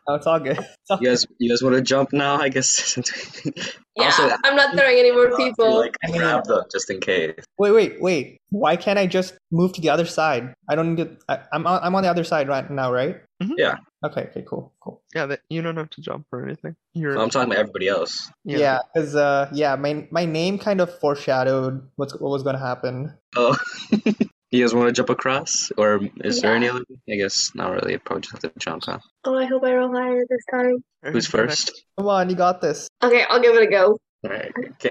Speaker 4: Oh, it's all good. <laughs> It's all
Speaker 6: You guys, you guys want to jump now? I guess. <laughs> since we-
Speaker 2: Yeah,
Speaker 6: Also,
Speaker 2: I'm not throwing any more people.
Speaker 6: like grab them just in case.
Speaker 4: Wait, wait, wait. Why can't I just move to the other side? I don't need to. I, I'm on, I'm on the other side right now, right?
Speaker 1: Mhm.
Speaker 6: Yeah.
Speaker 4: Okay. Okay. Cool. Cool.
Speaker 1: Yeah, that you don't have to jump or anything. You're
Speaker 6: I'm talking about everybody else.
Speaker 1: yeah.
Speaker 4: Yeah. Because uh, yeah, my my name kind of foreshadowed what's what was gonna happen.
Speaker 6: Oh. <laughs> You guys want to jump across, or is there
Speaker 5: Yeah.
Speaker 6: any other? I guess not really. Probably just have to jump, huh?
Speaker 2: Oh, I hope I roll higher this time.
Speaker 6: Who's first?
Speaker 4: Come on, you
Speaker 1: <laughs>
Speaker 4: got this.
Speaker 2: Okay, I'll give it a go.
Speaker 6: All right. Okay.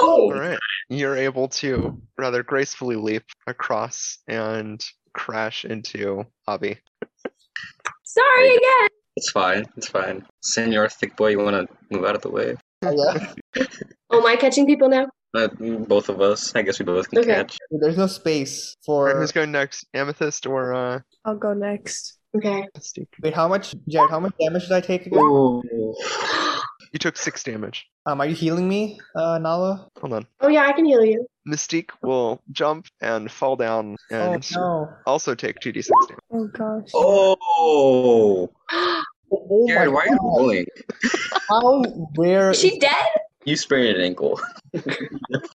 Speaker 1: All
Speaker 2: Oh,
Speaker 1: right. You're able to rather gracefully leap across and crash into Abby.
Speaker 2: sorry again.
Speaker 6: It's fine. It's fine. Senor Thick Boy, you want to move out of the way?
Speaker 4: Oh, yeah.
Speaker 2: Oh, am I catching people now?
Speaker 6: Uh, both of us. I guess we both can
Speaker 2: Okay.
Speaker 6: catch.
Speaker 4: There's no space
Speaker 1: All right,
Speaker 4: for.
Speaker 1: who's going next? Amethyst or uh
Speaker 3: I'll go next.
Speaker 2: Okay.
Speaker 1: Mystique?
Speaker 4: Wait, how much, Jared? How much damage did I take again?
Speaker 6: Ooh.
Speaker 1: You took six damage.
Speaker 4: Um, are you healing me, uh, Nala?
Speaker 1: Hold on.
Speaker 2: Oh yeah, I can heal you.
Speaker 1: Mystique will jump and fall down and
Speaker 4: oh
Speaker 1: also take 2d6 damage.
Speaker 3: Oh gosh.
Speaker 6: Oh.
Speaker 7: Oh my
Speaker 6: Jared, why are you
Speaker 7: God.
Speaker 6: rolling?
Speaker 7: How rare
Speaker 5: Is
Speaker 7: is
Speaker 5: she dead?
Speaker 6: You sprained an ankle.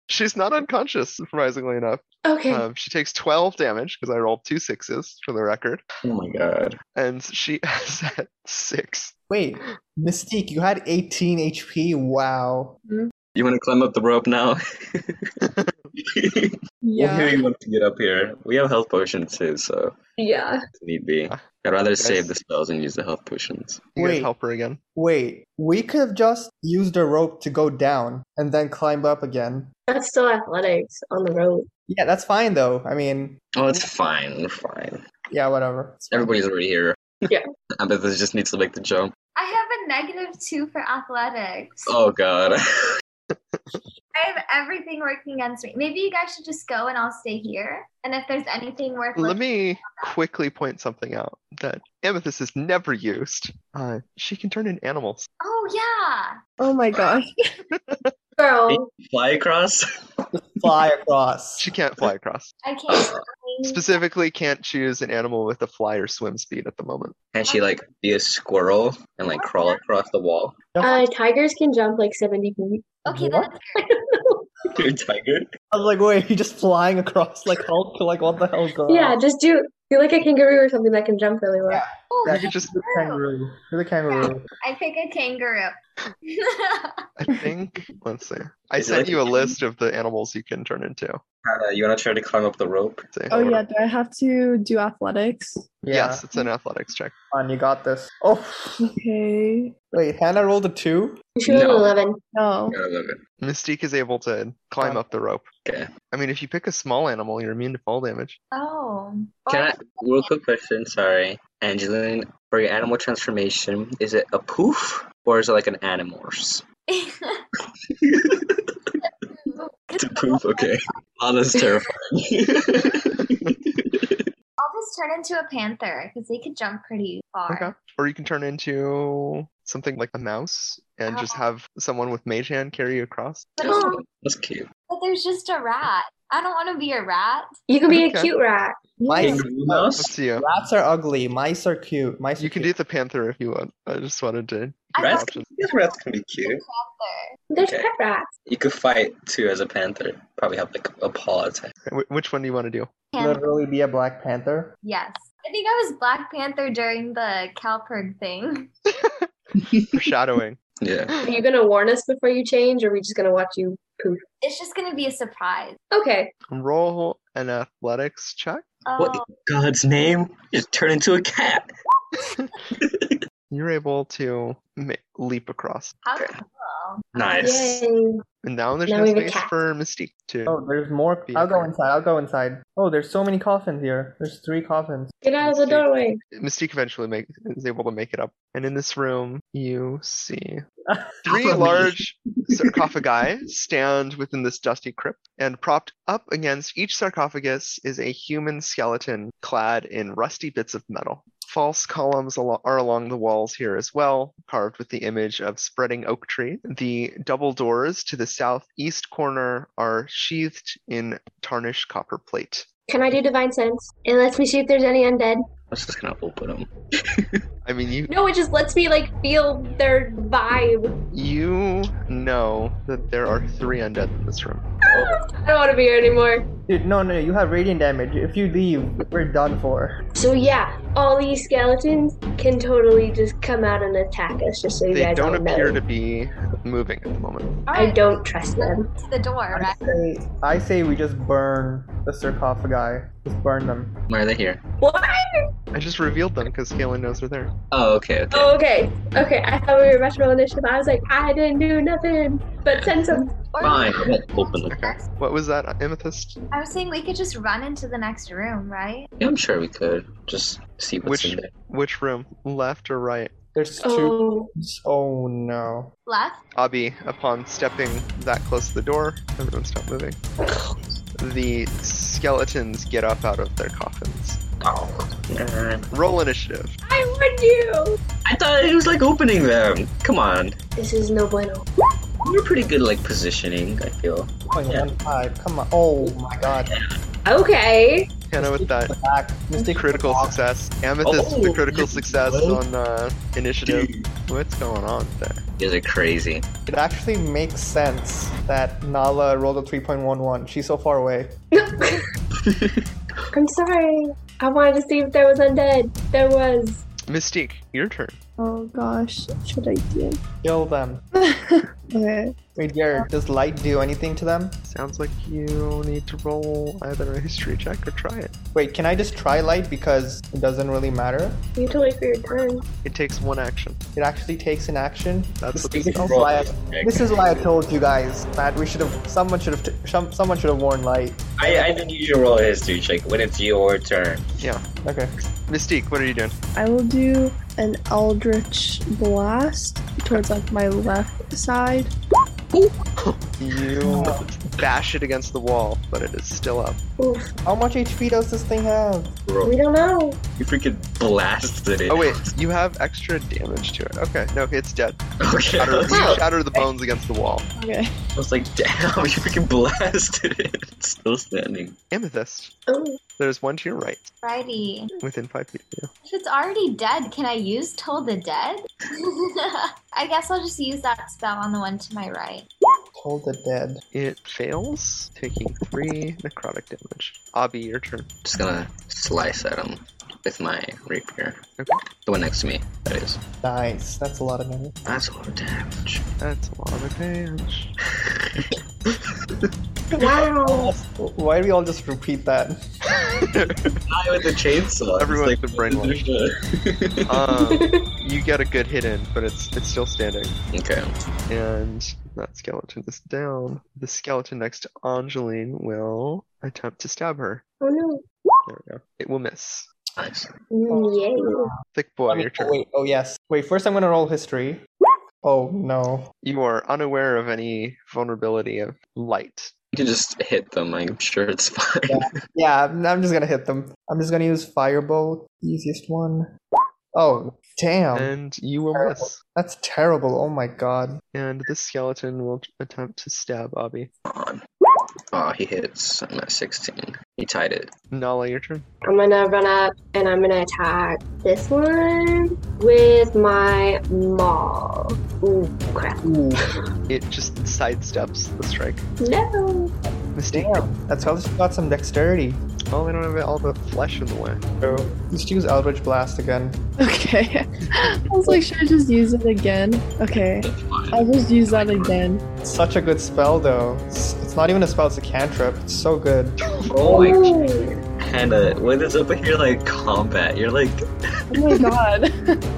Speaker 1: She's not unconscious, surprisingly enough.
Speaker 2: Okay.
Speaker 1: Um, she takes 12 damage because I rolled two sixes for the record,
Speaker 6: Oh my god.
Speaker 1: and she <laughs> has at six.
Speaker 7: Wait, Mystique, you had 18 HP. Wow.
Speaker 6: You want to climb up the rope now? <laughs> We'll hear
Speaker 3: Yeah.
Speaker 6: you once you get up here. We have health potions too, so
Speaker 2: yeah.
Speaker 6: if need be.
Speaker 1: Ah.
Speaker 6: I'd rather save
Speaker 1: Guys.
Speaker 6: the spells and use the health potions.
Speaker 1: You guys
Speaker 7: Wait.
Speaker 1: help her again.
Speaker 7: Wait, we could have just used a rope to go down and then climb up again.
Speaker 2: That's still athletics on the road.
Speaker 7: Yeah, that's fine though. I mean,
Speaker 6: Oh, it's fine. We're fine.
Speaker 7: yeah, whatever. It's fine.
Speaker 6: Everybody's already here.
Speaker 2: Yeah.
Speaker 6: <laughs> Amethyst just needs to make the jump.
Speaker 5: I have a negative two for athletics.
Speaker 6: Oh god. <laughs>
Speaker 5: I have everything working against me. Maybe you guys should just go and I'll stay here. And if there's anything worth
Speaker 1: Let
Speaker 5: looking-
Speaker 1: me quickly point something out that Amethyst has never used. Uh, she can turn in animals.
Speaker 5: Oh yeah.
Speaker 3: Oh my gosh.
Speaker 2: Girl,
Speaker 6: Fly across.
Speaker 7: fly across.
Speaker 1: <laughs> She can't fly across.
Speaker 5: I can't
Speaker 1: Specifically, can't choose an animal with a fly or swim speed at the moment.
Speaker 6: Can she like be a squirrel and like crawl across the wall?
Speaker 2: uh, tigers can jump like 70 feet.
Speaker 5: Okay, then
Speaker 7: What?
Speaker 5: it's
Speaker 6: You're a tiger.
Speaker 7: I was like, wait, you just flying across like Hulk? <laughs> Like, what the hell
Speaker 4: Uh,
Speaker 7: is going
Speaker 2: Yeah,
Speaker 7: on?
Speaker 2: just do do like a kangaroo or something that can jump really well.
Speaker 7: Yeah.
Speaker 5: cool.
Speaker 1: You could just.
Speaker 7: You're the kangaroo. You're the kangaroo.
Speaker 5: oh, I pick a kangaroo. <laughs>
Speaker 1: I think. Let's see. I
Speaker 6: Is it
Speaker 1: sent
Speaker 6: like a
Speaker 1: you a
Speaker 6: tree?
Speaker 1: list of the animals you can turn into.
Speaker 6: Hannah, you wanna try to climb up the rope?
Speaker 1: Let's see.
Speaker 3: Oh yeah. Do I have to do athletics?
Speaker 7: Yeah.
Speaker 1: Yes, it's an athletics check.
Speaker 7: Come on, you got this. Oh, <laughs>
Speaker 3: Okay.
Speaker 7: wait, Hannah rolled a two?
Speaker 2: You should roll
Speaker 6: No.
Speaker 2: 11.
Speaker 3: No.
Speaker 6: Yeah, I love it.
Speaker 1: Mystique is able to climb up the rope.
Speaker 6: Okay.
Speaker 1: I mean, if you pick a small animal, you're immune to fall damage.
Speaker 5: oh. <laughs>
Speaker 6: Can I real quick question, sorry. Angeline, for your animal transformation, is it a poof or is it like an <laughs> animorphs? It's a poof, okay. <laughs> Oh, that's <laughs> terrifying.
Speaker 5: I'll just turn into a panther because they could jump pretty far.
Speaker 1: Okay. Or you can turn into something like a mouse and just
Speaker 3: Uh-huh.
Speaker 1: have someone with mage hand carry you across.
Speaker 5: But,
Speaker 6: that's cute.
Speaker 5: but there's just a rat. I don't want to be a rat.
Speaker 2: You can be
Speaker 1: Okay.
Speaker 2: a cute rat.
Speaker 7: Mice.
Speaker 6: Kangaroo
Speaker 1: Up
Speaker 6: mouse?
Speaker 1: to you.
Speaker 7: Rats are ugly. Mice are cute. Mice
Speaker 1: uh, You
Speaker 7: are
Speaker 1: can do
Speaker 7: cute.
Speaker 1: the panther if you want. I just wanted to.
Speaker 5: I
Speaker 6: Rats
Speaker 5: thought
Speaker 6: can, I guess rats can be cute.
Speaker 2: There's
Speaker 6: Okay.
Speaker 2: pet rats.
Speaker 6: You could fight too as a panther. Probably have like a paw attack.
Speaker 1: Wh- Which one do you want to do?
Speaker 5: panther.
Speaker 7: Literally be a Black Panther.
Speaker 5: Yes. I think I was Black Panther during the Calpurg thing.
Speaker 2: <laughs>
Speaker 1: Shadowing.
Speaker 6: Yeah.
Speaker 2: Are you gonna warn us before you change, or are we just gonna watch you poof?
Speaker 5: It's just gonna be a surprise.
Speaker 2: Okay.
Speaker 1: Roll an athletics check.
Speaker 5: Oh,
Speaker 6: What in God's name? You just turn into a cat.
Speaker 1: You're able to ma- leap across.
Speaker 5: how cool.
Speaker 6: Nice.
Speaker 2: Yay.
Speaker 1: And now there's
Speaker 2: Now
Speaker 1: no
Speaker 2: we have a
Speaker 1: space
Speaker 2: cat.
Speaker 1: for Mystique to.
Speaker 7: Oh, there's more.
Speaker 1: Be a
Speaker 7: I'll go
Speaker 1: bird.
Speaker 7: inside. I'll go inside. Oh, there's so many coffins here. There's three coffins.
Speaker 2: Get out of the doorway.
Speaker 1: Mystique eventually make, is able to make it up. And in this room, you see three
Speaker 6: Amazing.
Speaker 1: large sarcophagi stand within this dusty crypt. And propped up against each sarcophagus is a human skeleton clad in rusty bits of metal. False columns alo- are along the walls here as well, carved with the image of spreading oak tree. The double doors to the southeast corner are sheathed in tarnished copper plate.
Speaker 2: Can I do divine sense? It lets me see if there's any undead.
Speaker 6: I was just gonna open them.
Speaker 1: I mean, you
Speaker 2: No, it just lets me like feel their vibe.
Speaker 1: You know that there are three undead in this room.
Speaker 2: I don't want to be here anymore.
Speaker 7: Dude, no, no, you have radiant damage. If you leave, we're done for.
Speaker 2: So yeah, all these skeletons can totally just come out and attack us. Just so you
Speaker 1: They
Speaker 2: guys
Speaker 1: don't
Speaker 2: all know.
Speaker 1: appear to be moving at the moment.
Speaker 5: All
Speaker 2: I
Speaker 5: right,
Speaker 2: don't trust them.
Speaker 5: to the door,
Speaker 7: I
Speaker 5: right?
Speaker 7: say, I say we just burn the sarcophagi. Just burn them.
Speaker 6: Why are they here?
Speaker 2: What?
Speaker 1: I just revealed them because Galen knows they're there.
Speaker 6: Oh, okay, okay.
Speaker 2: Oh, okay. Okay, I thought we were about to roll initiative. I was like, I didn't do nothing but send some.
Speaker 5: Or
Speaker 6: Fine, I won't open them.
Speaker 1: Okay. What was that, Amethyst?
Speaker 5: I was saying we could just run into the next room, right?
Speaker 6: Yeah, I'm sure we could. Just see what's
Speaker 1: Which-
Speaker 6: in there.
Speaker 1: Which room? Left or right?
Speaker 7: There's two.
Speaker 2: Oh,
Speaker 7: Oh no.
Speaker 5: Left.
Speaker 1: Abi, upon stepping that close to the door, everyone stop moving. The skeletons get up out of their coffins.
Speaker 6: Uh,
Speaker 1: Roll initiative.
Speaker 2: I warned you.
Speaker 6: I thought it was like opening them. Come on.
Speaker 2: This is no bueno.
Speaker 6: You're pretty good like positioning, I feel.
Speaker 7: Point one five. Come on. Oh my god.
Speaker 2: Okay.
Speaker 1: Hannah with that
Speaker 4: Back. Mystique
Speaker 1: critical success. Amethyst with the
Speaker 6: Oh,
Speaker 1: critical
Speaker 6: you-
Speaker 1: success
Speaker 6: what?
Speaker 1: on uh, initiative.
Speaker 6: Dude,
Speaker 1: What's going on there?
Speaker 6: you guys are crazy.
Speaker 4: It actually makes sense that Nala rolled a 3.11. She's so far away.
Speaker 2: I'm sorry. I wanted to see if there was undead. There was.
Speaker 1: Mystique, your turn.
Speaker 3: Oh gosh, should I do?
Speaker 4: Kill them.
Speaker 3: Okay.
Speaker 4: Wait, Jared, does light do anything to them?
Speaker 1: Sounds like you need to roll either a history check or try it.
Speaker 4: Wait, can I just try light because it doesn't really matter?
Speaker 2: You have to wait for your turn.
Speaker 1: It takes one action.
Speaker 4: It actually takes an action.
Speaker 1: That's what
Speaker 4: this,
Speaker 1: this
Speaker 4: is
Speaker 1: is.
Speaker 4: why I, this is why I told you guys that we should have someone should have t- some, someone should have worn light.
Speaker 6: I, I think you should roll a history check when it's your turn.
Speaker 4: Okay.
Speaker 1: Mystique, what are you doing?
Speaker 3: I will do an Eldritch Blast towards like my left side.
Speaker 4: You.
Speaker 1: Bash it against the wall, but it is still up.
Speaker 2: Oof.
Speaker 4: How much HP does this thing have?
Speaker 6: Roll.
Speaker 2: We don't know.
Speaker 6: You freaking blasted it.
Speaker 1: Oh wait, you have extra damage to it. Okay, no, it's dead.
Speaker 6: <laughs> Okay.
Speaker 1: Shatter,
Speaker 6: <laughs> I
Speaker 1: you shatter the bones against the wall.
Speaker 3: Okay. <laughs>
Speaker 6: was like, damn, <laughs> you freaking blasted it. It's still standing.
Speaker 1: Amethyst,
Speaker 2: Oh,
Speaker 1: there's one to your right,
Speaker 5: Righty.
Speaker 1: within five feet of you.
Speaker 5: If it's already dead, can I use Toll the Dead? <laughs> I guess I'll just use that spell on the one to my right.
Speaker 4: Told the dead.
Speaker 1: It fails, taking three necrotic damage. Abby, your turn.
Speaker 6: Just gonna slice at him with my rapier.
Speaker 1: Okay.
Speaker 6: The one next to me, that is.
Speaker 4: Nice. That's a lot of damage.
Speaker 6: That's a lot of damage.
Speaker 1: That's a lot of damage.
Speaker 4: Wow. Why do we all just repeat that?
Speaker 6: Guy with the chainsaw.
Speaker 1: Everyone's
Speaker 6: It's
Speaker 1: been brainwashed. <laughs>
Speaker 6: <laughs>
Speaker 1: um, you get a good hit in, but it's it's still standing.
Speaker 6: okay.
Speaker 1: And that skeleton is down. The skeleton next to Angeline will attempt to stab her.
Speaker 2: oh no.
Speaker 1: There we go. It will miss.
Speaker 6: Nice.
Speaker 2: Mm, yay.
Speaker 1: Thick boy, your turn.
Speaker 4: Wait. Oh yes. Wait. First, I'm gonna roll history. Oh no.
Speaker 1: You are unaware of any vulnerability of light.
Speaker 6: You can just hit them. I'm sure it's <laughs> fine.
Speaker 4: Yeah, I'm I'm just gonna hit them. I'm just gonna use firebolt, easiest one. Oh damn,
Speaker 1: And you will
Speaker 4: Terrible.
Speaker 1: miss.
Speaker 4: that's terrible. Oh my god.
Speaker 1: And this skeleton will t- attempt to stab Abby.
Speaker 6: on. Oh, he hits. I'm at 16. He tied it.
Speaker 1: Nala, your turn.
Speaker 2: I'm gonna run up and I'm gonna attack this one with my maul. Ooh, crap.
Speaker 4: Ooh,
Speaker 1: It just sidesteps the strike.
Speaker 2: No.
Speaker 1: Mistake.
Speaker 4: damn. That's how she got some dexterity.
Speaker 1: Oh, they don't have all the flesh in the way.
Speaker 4: So just use Eldritch Blast again.
Speaker 3: Okay. <laughs> I was like, should I just use it again? Okay.
Speaker 6: That's fine.
Speaker 3: I'll just use that again.
Speaker 4: Such a good spell though. It's, it's not even a spell, it's a cantrip. It's so good.
Speaker 6: Oh my
Speaker 2: Ooh.
Speaker 6: Hannah, what is up with your like combat? You're like, <laughs>
Speaker 3: Oh my god.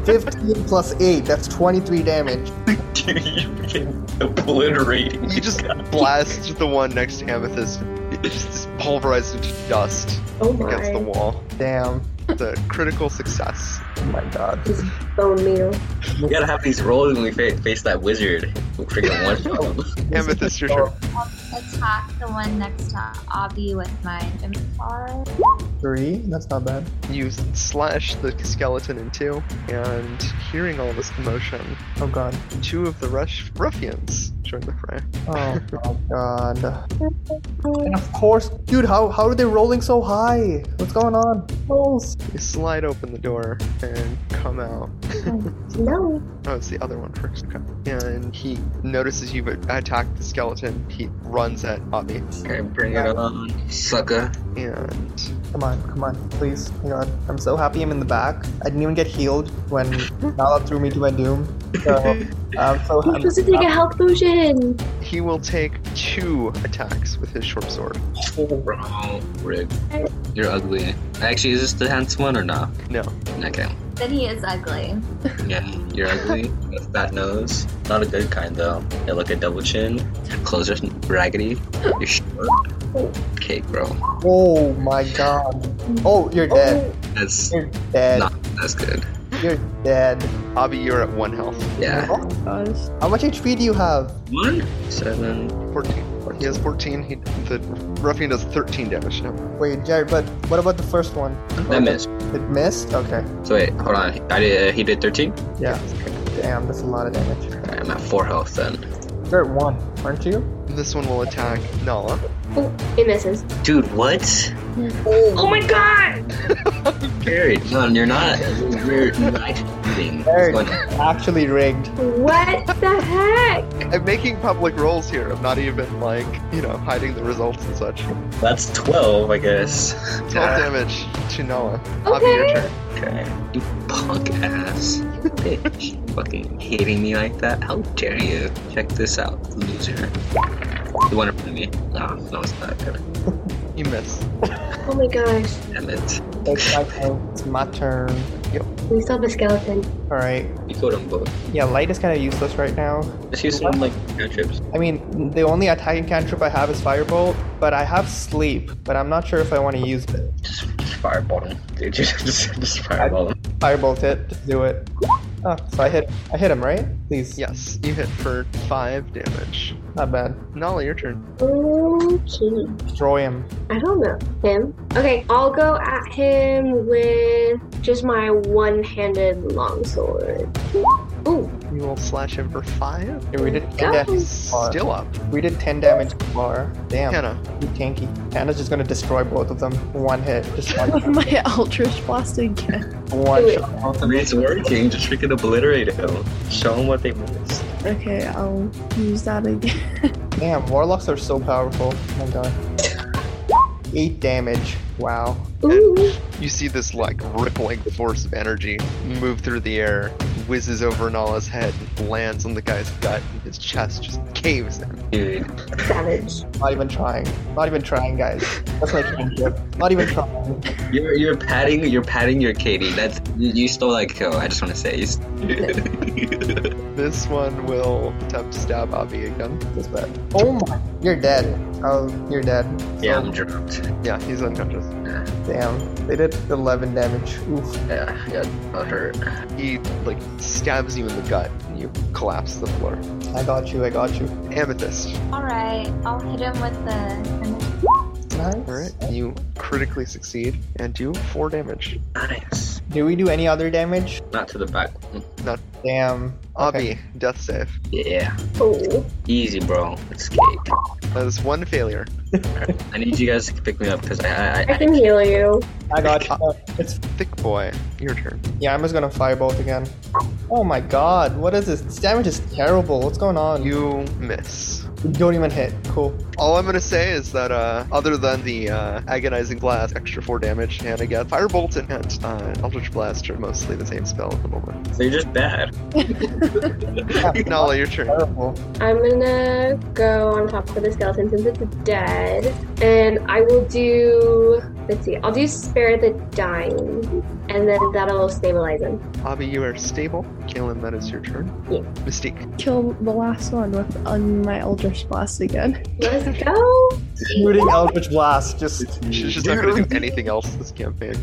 Speaker 4: 15 plus 8, that's 23 damage.
Speaker 6: dude, you're freaking obliterating.
Speaker 1: You just blast the one next to Amethyst. It just is pulverized into dust
Speaker 2: Oh
Speaker 1: against the
Speaker 2: my.
Speaker 1: wall.
Speaker 4: Damn.
Speaker 1: It's a critical success.
Speaker 4: Oh my god.
Speaker 2: Bone meal.
Speaker 6: We gotta have these rolls when we fa- face that wizard. We'll freaking <laughs> one shot him.
Speaker 1: Amethyst, your turn.
Speaker 5: Attack the one next to Avi with my scimitar.
Speaker 4: 3? That's not bad.
Speaker 1: You slash the skeleton in two, and hearing all this commotion,
Speaker 4: Oh god.
Speaker 1: two of the rush ruffians join the fray.
Speaker 4: Oh my god. And of course, dude, how, how are they rolling so high? What's going on? Rolls.
Speaker 1: You slide open the door and come out.
Speaker 2: No.
Speaker 1: <laughs> Oh, it's the other one first. Okay. And he notices you've attacked the skeleton. He runs at Abby,
Speaker 6: Okay, bring it on, sucker.
Speaker 1: and
Speaker 4: Come on, come on, please. Oh my God, I'm so happy I'm in the back. I didn't even get healed when Nala threw me to my doom. So I'm so
Speaker 2: You're
Speaker 4: happy.
Speaker 2: supposed to take a health potion.
Speaker 1: he will take two attacks with his short sword.
Speaker 6: Bro, Rick, you're ugly. Actually, is this the handsome one or not?
Speaker 1: No.
Speaker 6: Okay.
Speaker 5: Then he is ugly.
Speaker 6: Yeah, you're ugly. You got a fat nose. Not a good kind though. You look a double chin. Your clothes are raggedy. You're short. Okay, bro.
Speaker 4: Oh my god. Oh, you're dead.
Speaker 6: That's
Speaker 4: You're dead.
Speaker 6: not. That's good.
Speaker 4: You're dead.
Speaker 1: Abby, you're at one health.
Speaker 6: Yeah.
Speaker 3: Gosh. <laughs>
Speaker 4: How much HP do you have?
Speaker 6: One, seven.
Speaker 1: 14. He has 14. He, the ruffian does 13 damage to him.
Speaker 4: Wait, Jared, but what about the first one?
Speaker 6: That missed.
Speaker 4: It missed? Okay.
Speaker 6: So wait, hold on. I did. Uh, he did thirteen.
Speaker 4: Yeah. Damn, that's a lot of damage.
Speaker 6: Alright, I'm at four health then.
Speaker 4: You're at one, aren't you?
Speaker 1: This one will attack Nala.
Speaker 2: Ooh, it misses.
Speaker 6: Dude, what?
Speaker 2: Oh my god!
Speaker 6: Carried. No, you're not. You're not cheating.
Speaker 4: Carried.
Speaker 6: It's going-
Speaker 4: Actually rigged.
Speaker 2: What the heck?
Speaker 1: I'm making public roles here. I'm not even like, you know, hiding the results and such. 12
Speaker 6: That's 12, I guess. Ah,
Speaker 1: damage to Noah. Abby, your
Speaker 2: Okay.
Speaker 1: turn.
Speaker 6: Okay. You punk ass. Bitch. Fucking hating me like that. How dare you? Check this out, loser. The one in front of me. No, no, it's not.
Speaker 1: You miss.
Speaker 2: Oh my gosh.
Speaker 6: Damn it.
Speaker 4: It's my turn. It's my turn.
Speaker 2: We still have a skeleton.
Speaker 4: Alright.
Speaker 6: You killed them both.
Speaker 4: Yeah, light is kind of useless right now.
Speaker 6: Just use some, like, cantrips.
Speaker 4: I mean, the only attacking cantrip I have is Firebolt, but I have Sleep, but I'm not sure if I want to use it.
Speaker 6: Just, just fireball them. Dude, <laughs> just, just, just fireball them.
Speaker 4: Firebolt it, just do it. Oh, so I hit, I hit him, right? Please.
Speaker 1: Yes, you hit for 5 damage.
Speaker 4: Not bad.
Speaker 1: Nala, your turn.
Speaker 2: Okay.
Speaker 4: Destroy him.
Speaker 2: I don't know. Him? Okay, I'll go at him with just my one handed longsword. Ooh,
Speaker 1: You will slash him for 5.
Speaker 4: Yeah, we did 10
Speaker 2: Yeah.
Speaker 4: damage. Bar.
Speaker 1: Still up.
Speaker 4: We did 10 damage bar. Damn.
Speaker 1: Hannah.
Speaker 4: You tanky. Hannah's just gonna destroy both of them. One hit. Just one,
Speaker 3: With <laughs> my Eldritch Blast again.
Speaker 4: one shot. Both of them.
Speaker 6: It's working. Just freaking obliterate them. Show them what they missed.
Speaker 3: Okay, I'll use that again. <laughs>
Speaker 4: Damn, warlocks are so powerful. Oh my god. Eight damage. Wow.
Speaker 2: ooh,
Speaker 1: You see this like rippling force of energy move through the air, whizzes over Nala's head, lands on the guy's gut, and his chest just caves in.
Speaker 6: Dude.
Speaker 2: savage.
Speaker 4: Not even trying. Not even trying, guys. That's my cantrip. Not even trying.
Speaker 6: You're, you're patting you're patting your Katie. That's you, you stole that kill. I just want to say. <laughs> You st-
Speaker 1: This one will attempt to stab Abby again.
Speaker 4: This bad. Oh my. You're dead. Oh, you're dead.
Speaker 6: yeah, I'm dropped.
Speaker 1: Yeah, he's unconscious.
Speaker 4: Damn. They did 11 damage. Oof.
Speaker 6: Yeah, yeah, that hurt.
Speaker 1: He like stabs you in the gut and you collapse to the floor.
Speaker 4: I got you. I got you.
Speaker 1: Amethyst.
Speaker 5: All right, I'll hit him with the.
Speaker 4: Nice.
Speaker 1: Alright. You critically succeed and do four damage.
Speaker 6: Nice.
Speaker 4: Do we do any other damage?
Speaker 6: Not to the back.
Speaker 4: Damn. Okay.
Speaker 1: Abby, death save.
Speaker 6: Yeah.
Speaker 2: Oh,
Speaker 6: Easy, bro. It's cake.
Speaker 1: That is one failure.
Speaker 6: I need you guys to pick me up because I,
Speaker 2: <laughs>
Speaker 6: I,
Speaker 2: I
Speaker 6: I,
Speaker 2: can heal you.
Speaker 4: I got you. It's
Speaker 1: Thick boy, your turn.
Speaker 4: Yeah, I'm just gonna firebolt again. Oh my god, what is this? This damage is terrible. What's going on? You
Speaker 1: You miss.
Speaker 4: don't even hit. Cool.
Speaker 1: All I'm gonna say is that uh, other than the uh, agonizing blast, extra four damage, Hannah gets firebolt and uh, eldritch blast are mostly the same spell at the moment.
Speaker 6: so you're just bad.
Speaker 1: Nala, your turn.
Speaker 4: Terrible.
Speaker 2: I'm gonna go on top of the skeleton since it's dead. And I will do. Let's see, I'll do spare the dying. And then that'll stabilize him.
Speaker 1: Abby, you are stable. Kaelin, that is your turn.
Speaker 2: Yeah.
Speaker 1: Mystique.
Speaker 3: Kill the last one with um, my Eldritch Blast again.
Speaker 2: Let's go!
Speaker 4: Shooting Eldritch Blast. Just.
Speaker 1: She's just not gonna do anything else this campaign.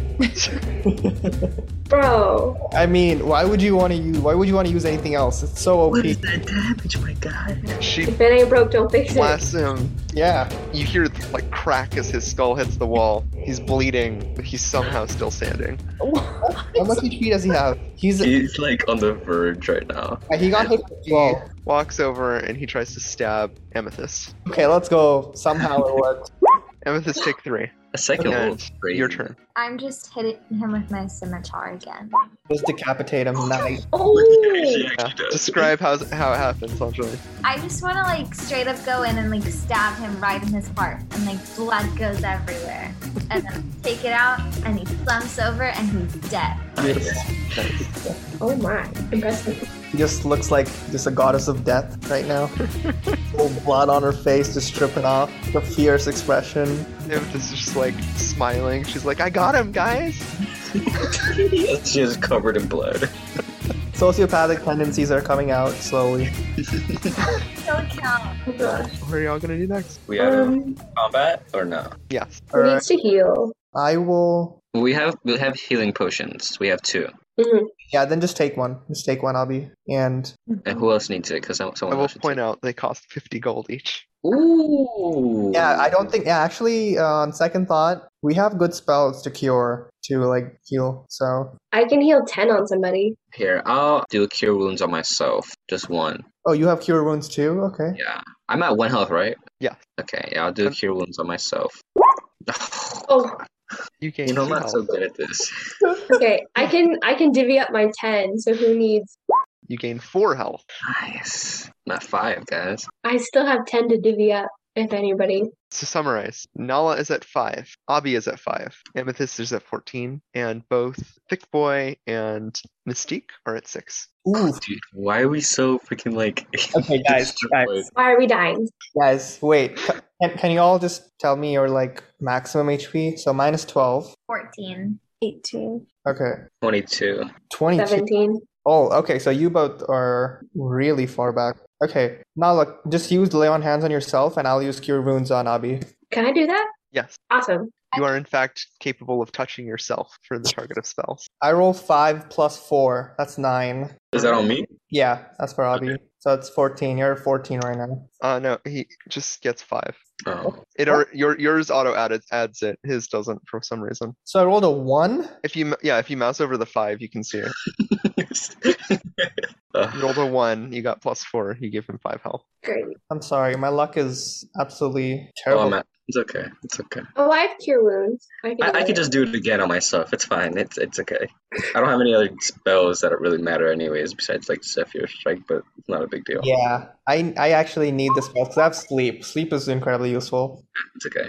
Speaker 2: Bro,
Speaker 4: I mean, why would you want to use? Why would you want to use anything else? It's so OP.
Speaker 6: that damage? My God.
Speaker 1: She
Speaker 2: if it ain't broke, don't fix it.
Speaker 1: blasts him.
Speaker 4: Yeah.
Speaker 1: You hear like crack as his skull hits the wall. He's bleeding, but he's somehow still standing.
Speaker 4: How much HP does he have? He's.
Speaker 6: He's like on the verge right now.
Speaker 4: He got hit.
Speaker 1: He
Speaker 4: Well,
Speaker 1: walks over and he tries to stab Amethyst.
Speaker 4: okay, let's go. Somehow it worked.
Speaker 1: Amethyst, take three.
Speaker 6: A second
Speaker 1: Okay.
Speaker 6: one. is crazy.
Speaker 1: Your turn.
Speaker 5: I'm just hitting him with my scimitar again.
Speaker 4: Just decapitate him. Nice.
Speaker 6: <laughs> She
Speaker 2: Oh!
Speaker 1: Yeah.
Speaker 6: actually does.
Speaker 1: Describe how how it happens, Anjali.
Speaker 5: I just want to like straight up go in and like stab him right in his heart, and like blood goes everywhere. And then I take it out, and he slumps over, and he's dead.
Speaker 1: <laughs>
Speaker 2: Oh my. Impressive.
Speaker 4: He just looks like just a goddess of death right now. Full blood on her face, just stripping off. The fierce expression.
Speaker 1: Amethyst is just like smiling. She's like, "I got him, guys."
Speaker 6: Yes, <laughs> she is covered in blood.
Speaker 4: Sociopathic tendencies are coming out slowly.
Speaker 5: Don't count.
Speaker 2: Oh gosh.
Speaker 1: What are y'all gonna do next?
Speaker 6: We have
Speaker 2: Um,
Speaker 6: combat or no?
Speaker 1: Yes.
Speaker 2: who
Speaker 4: Alright,
Speaker 2: needs to heal?
Speaker 4: I will.
Speaker 6: We have we have healing potions. We have two.
Speaker 2: Mhm.
Speaker 4: Yeah, then just take one. Just take one, Abby. And
Speaker 6: And who else needs it? Because someone.
Speaker 1: I will
Speaker 6: else should
Speaker 1: point out they cost fifty gold each.
Speaker 6: Ooh.
Speaker 4: yeah, I don't think. Yeah, actually, uh, on second thought, we have good spells to cure to like heal. So,
Speaker 2: I can heal 10 on somebody.
Speaker 6: Here, I'll do cure wounds on myself. Just one.
Speaker 4: oh, you have cure wounds too. Okay.
Speaker 6: Yeah. I'm at one health, right?
Speaker 1: Yeah.
Speaker 6: Okay, yeah, I'll do
Speaker 1: Okay.
Speaker 6: cure wounds on myself.
Speaker 2: Oh,
Speaker 1: You gain
Speaker 6: You know, I'm
Speaker 1: health.
Speaker 6: not so good at this.
Speaker 2: okay. I can I can divvy up my ten. So who needs?
Speaker 1: You gain four health.
Speaker 6: Nice. Not five, guys.
Speaker 2: I still have ten to divvy up. If anybody,
Speaker 1: To summarize, Nala is at five, Abby is at five, Amethyst is at fourteen, and both Thick Boy and Mystique are at six.
Speaker 4: Ooh,
Speaker 6: Dude, why are we so freaking like. <laughs>
Speaker 4: Okay, guys,
Speaker 6: destroyed?
Speaker 2: why are we dying?
Speaker 4: guys, wait. c- Can, can you all just tell me your like maximum HP? So mine is 12.
Speaker 5: 14.
Speaker 3: 18.
Speaker 4: Okay.
Speaker 6: 22.
Speaker 4: 22.
Speaker 2: Seventeen.
Speaker 4: Oh, okay. So you both are really far back. Okay. Now look, just use lay on hands on yourself, and I'll use cure wounds on Abby.
Speaker 2: Can I do that?
Speaker 1: Yes,
Speaker 2: Awesome.
Speaker 1: you are in fact capable of touching yourself for the target of spells.
Speaker 4: I roll five plus four. That's nine.
Speaker 6: Is that on me?
Speaker 4: Yeah, that's for Abby. So it's fourteen. You're at fourteen right now.
Speaker 1: Uh, no, he just gets five.
Speaker 6: Oh. <laughs>
Speaker 1: It are your yours auto added adds it. His doesn't for some reason.
Speaker 4: So I rolled a one.
Speaker 1: If you m- yeah, if you mouse over the five, you can see it.
Speaker 6: Uh,
Speaker 1: You rolled a one, you got plus four. You give him five health.
Speaker 2: Great.
Speaker 4: I'm sorry, my luck is absolutely
Speaker 6: oh,
Speaker 4: terrible.
Speaker 6: man. It's okay. It's okay.
Speaker 2: Oh, I have cure wounds. I can. do
Speaker 6: I, I
Speaker 2: it.
Speaker 6: could just do it again on myself. It's fine. It's it's okay. I don't have any other spells that really matter, anyways, besides like Zephyr Strike, but it's not a big deal.
Speaker 4: yeah, I I actually need this spell because I have sleep. Sleep is incredibly useful.
Speaker 6: It's okay.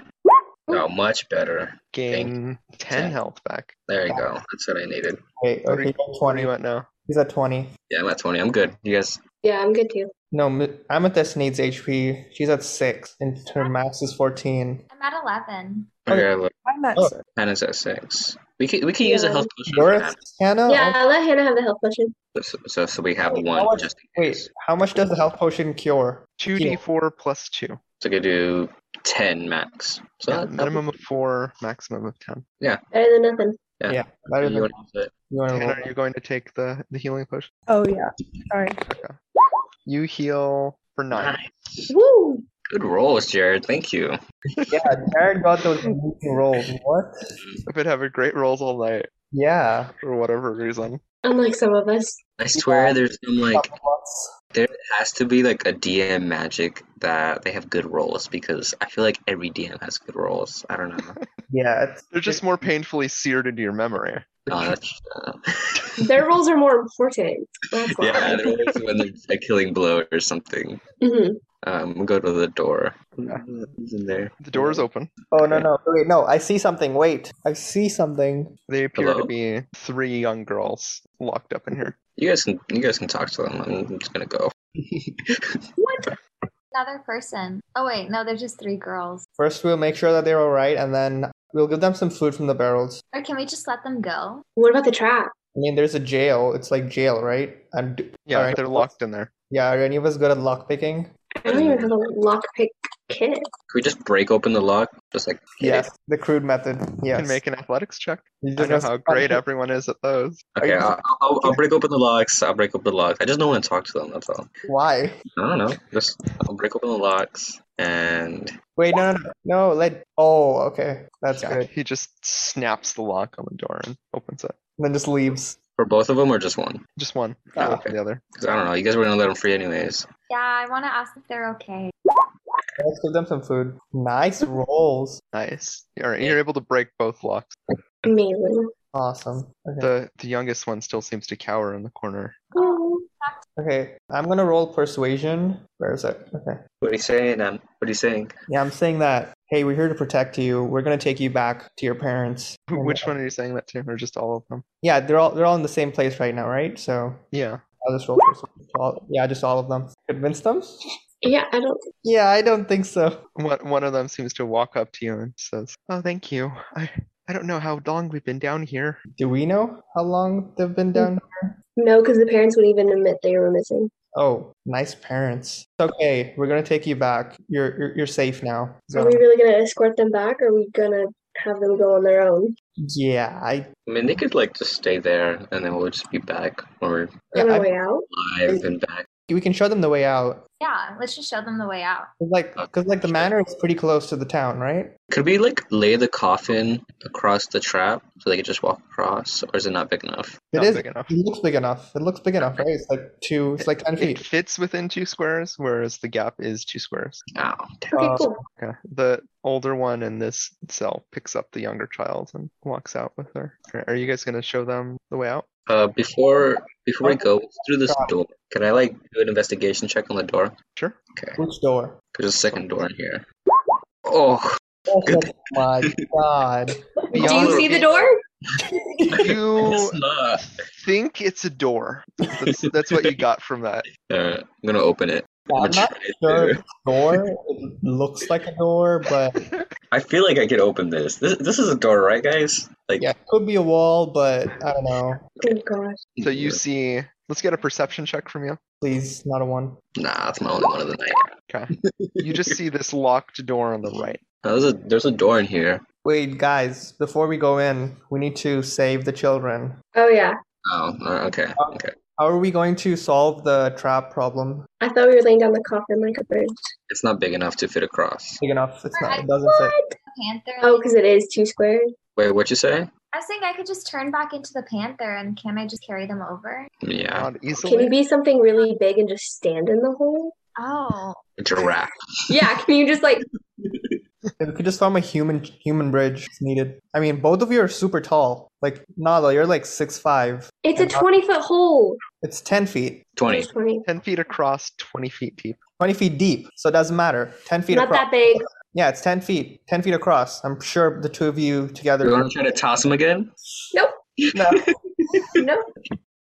Speaker 6: Oh, much better.
Speaker 1: Gain ten
Speaker 6: Ten.
Speaker 1: health back.
Speaker 6: There you go. That's what I needed.
Speaker 4: Okay,
Speaker 1: What are
Speaker 4: okay,
Speaker 1: you-
Speaker 4: you're at
Speaker 1: What are
Speaker 4: twenty.
Speaker 1: you at now?
Speaker 4: He's at twenty.
Speaker 6: Yeah, I'm at 20. I'm good. You guys,
Speaker 2: Yeah, I'm good too.
Speaker 4: No, M- Amethyst needs HP. She's at six, and her max is fourteen.
Speaker 5: I'm at 11.
Speaker 4: Okay.
Speaker 6: okay. look,
Speaker 3: I'm at
Speaker 4: Oh.
Speaker 3: six.
Speaker 6: Hannah's at six. We could we could use a
Speaker 2: Yeah.
Speaker 6: health potion. for
Speaker 4: You're at
Speaker 6: Hannah.
Speaker 4: Hannah.
Speaker 2: yeah, I'll let Hannah have the health potion.
Speaker 6: So, so so we have
Speaker 4: Wait,
Speaker 6: one
Speaker 4: how much-
Speaker 6: just in
Speaker 4: Wait,
Speaker 6: case.
Speaker 4: how much does the health potion cure?
Speaker 1: Two D four plus two.
Speaker 6: So we could do 10 max. So
Speaker 1: Yeah,
Speaker 6: that- that-
Speaker 1: minimum of four, maximum of ten.
Speaker 2: Better than nothing.
Speaker 6: Yeah.
Speaker 4: Yeah, better
Speaker 6: you
Speaker 4: than
Speaker 6: wanna use it?
Speaker 4: you want to
Speaker 1: Hannah,
Speaker 4: roll.
Speaker 1: are you going to take the, the healing potion?
Speaker 3: Oh, yeah. Sorry.
Speaker 1: Okay. You heal for nine.
Speaker 6: Nice.
Speaker 2: Woo!
Speaker 6: Good rolls, Jared. Thank you.
Speaker 4: Yeah, Jared got those amazing rolls. What?
Speaker 1: I've been having great rolls all night
Speaker 4: Yeah.
Speaker 1: for whatever reason.
Speaker 2: Unlike some of us.
Speaker 6: I swear there's some like
Speaker 4: Lots.
Speaker 6: There has to be like a DM magic that they have good rolls because I feel like every DM has good rolls. I
Speaker 4: <laughs>
Speaker 6: don't know.
Speaker 4: Yeah, it's,
Speaker 1: They're just more painfully seared into your memory.
Speaker 6: No, that's, uh,
Speaker 2: Their roles are more important. That's why.
Speaker 6: yeah, they're always when there's a killing blow or something.
Speaker 2: Mhm.
Speaker 6: Um, go to the door. Who's in there?
Speaker 1: The door is open.
Speaker 4: Oh no no wait no! I see something. Wait, I see something.
Speaker 1: They appear
Speaker 6: Hello?
Speaker 1: to be three young girls locked up in here.
Speaker 6: You guys can you guys can talk to them. I'm just gonna go. <laughs>
Speaker 5: Another person. Oh, wait. No, there's just three girls.
Speaker 4: First, we'll make sure that they're all right, and then we'll give them some food from the barrels.
Speaker 5: Or can we just let them go?
Speaker 2: What about the trap?
Speaker 4: I mean, there's a jail. It's like jail, right? And
Speaker 1: Yeah,
Speaker 4: Alright.
Speaker 1: they're locked in there.
Speaker 4: yeah, are any of us good at lockpicking?
Speaker 2: I don't even have a lockpick kit.
Speaker 6: Can we just break open the lock? Just like hit it?
Speaker 4: Yes, the crude method.
Speaker 1: You
Speaker 4: Yes.
Speaker 1: can make an athletics check.
Speaker 4: You
Speaker 1: I
Speaker 4: just
Speaker 1: know
Speaker 4: must-
Speaker 1: how great everyone is at those.
Speaker 4: Are
Speaker 6: Okay,
Speaker 4: you-
Speaker 6: I'll, I'll, I'll break open the locks. I'll break open the locks. I just don't want to talk to them. That's all.
Speaker 4: Why?
Speaker 6: I don't know. Just I'll break open the locks and
Speaker 4: Wait, no, no, no, no. Let. Oh, okay, that's
Speaker 1: Yeah,
Speaker 4: good.
Speaker 1: he just snaps the lock on the door and opens it.
Speaker 4: Then just leaves.
Speaker 6: for both of them or just one.
Speaker 1: Just one.
Speaker 4: Oh,
Speaker 1: not The other.
Speaker 6: Because I don't know, you guys were gonna let them free anyways.
Speaker 5: Yeah, I want to ask if they're okay.
Speaker 4: Let's give them some food. Nice rolls.
Speaker 1: Nice. All right, you're able to break both locks.
Speaker 2: Amazing.
Speaker 4: Awesome. Okay.
Speaker 1: The the youngest one still seems to cower in the corner.
Speaker 2: Oh,
Speaker 4: okay, I'm gonna roll persuasion. Where is it? Okay.
Speaker 6: What are you saying? Um, what are you saying?
Speaker 4: Yeah, I'm saying that. Hey, we're here to protect you. We're gonna take you back to your parents. uh,
Speaker 1: Who, <laughs> which one are you saying that to? Or just all of them?
Speaker 4: Yeah, they're all they're all in the same place right now, right? So
Speaker 1: Yeah.
Speaker 4: I'll just roll persuasion. for All, yeah, just all of them. Convince them?
Speaker 2: yeah, I don't.
Speaker 4: Yeah, I don't think so.
Speaker 1: One one of them seems to walk up to you and says, "Oh, thank you. I I don't know how long we've been down here.
Speaker 4: Do we know how long they've been down?
Speaker 2: No, because the parents would even admit they were missing.
Speaker 4: Oh, nice parents. It's okay. We're gonna take you back. You're you're, you're safe now.
Speaker 2: Are
Speaker 4: So,
Speaker 2: we really going to escort them back or are we going to have them go on their own?
Speaker 4: yeah, I
Speaker 6: I mean, they could like just stay there, and then we'll just be back, or
Speaker 4: yeah,
Speaker 2: on our
Speaker 4: I,
Speaker 2: way out?
Speaker 6: live and back.
Speaker 4: We can show them the way out.
Speaker 5: Yeah, let's just show them the way out.
Speaker 4: 'Cause, Like, because like the manor is pretty close to the town, right?
Speaker 6: Could we like lay the coffin across the trap so they could just walk across, or is it not big enough?
Speaker 4: It
Speaker 1: Not
Speaker 4: is.
Speaker 1: big enough.
Speaker 4: It looks big enough. It looks big enough, right? It's like two. It's like ten
Speaker 1: It
Speaker 4: feet.
Speaker 1: fits within two squares, whereas the gap is two squares.
Speaker 6: Oh, damn.
Speaker 2: Okay,
Speaker 4: Uh,
Speaker 2: cool.
Speaker 1: Okay. The older one in this cell picks up the younger child and walks out with her. Are- Are you guys gonna show them the way out?
Speaker 6: Uh, before before we go through this door, can I like do an investigation check on the door?
Speaker 1: Sure.
Speaker 6: Okay,
Speaker 4: Which door?
Speaker 6: there's a second door in here. Oh,
Speaker 4: Oh
Speaker 6: Good.
Speaker 4: my god!
Speaker 5: Do you
Speaker 1: Beyond-
Speaker 5: see the door?
Speaker 1: You
Speaker 6: <laughs> it's not.
Speaker 1: think it's a door. That's, that's
Speaker 6: <laughs>
Speaker 1: what you got from that.
Speaker 6: Uh, I'm gonna open it. I'm
Speaker 4: I'm
Speaker 6: gonna
Speaker 4: not
Speaker 6: try
Speaker 4: sure
Speaker 6: to-
Speaker 4: if it's a door. It looks like a door, but
Speaker 6: I feel like I could open this. This this is a door, right, guys? Like
Speaker 4: yeah, it could be a wall. But I don't know.
Speaker 2: Oh gosh.
Speaker 1: So you see, let's get a perception check from you.
Speaker 4: Please, not a one.
Speaker 6: Mm-hmm. Nah, that's my only one of the night.
Speaker 1: Okay. You just see this locked door on the right.
Speaker 6: Oh, there's a there's a door in here.
Speaker 4: Wait, guys, before we go in, we need to save the children.
Speaker 2: Oh yeah.
Speaker 6: Oh, uh, okay, okay.
Speaker 4: How are we going to solve the trap problem?
Speaker 2: I thought we were laying down the coffin like a bird.
Speaker 6: It's not big enough to fit across.
Speaker 4: Big enough. It's not. It doesn't fit.
Speaker 2: What?
Speaker 5: Panther.
Speaker 2: Oh, because it is two squared.
Speaker 6: Wait, what you say?
Speaker 5: I was saying I could just turn back into the panther, and can I just carry them over?
Speaker 6: Yeah,
Speaker 1: Not
Speaker 2: Can
Speaker 1: easily.
Speaker 2: you be something really big and just stand in the hole?
Speaker 5: Oh,
Speaker 6: a giraffe.
Speaker 2: Yeah. Can you just like?
Speaker 4: If we could just form a human human bridge, it's needed. I mean, both of you are super tall. Like Nala, you're like six five.
Speaker 2: It's a twenty foot hole.
Speaker 4: It's ten feet,
Speaker 6: Twenty.
Speaker 2: It's Twenty.
Speaker 1: 10 feet across, 20 feet deep.
Speaker 4: twenty feet deep. So it doesn't matter. Ten feet
Speaker 2: Not
Speaker 4: across.
Speaker 2: that big.
Speaker 4: Yeah, it's ten feet. Ten feet across. I'm sure the two of you together.
Speaker 6: You want to try to toss him again?
Speaker 2: Nope.
Speaker 4: No.
Speaker 6: <laughs>
Speaker 2: No.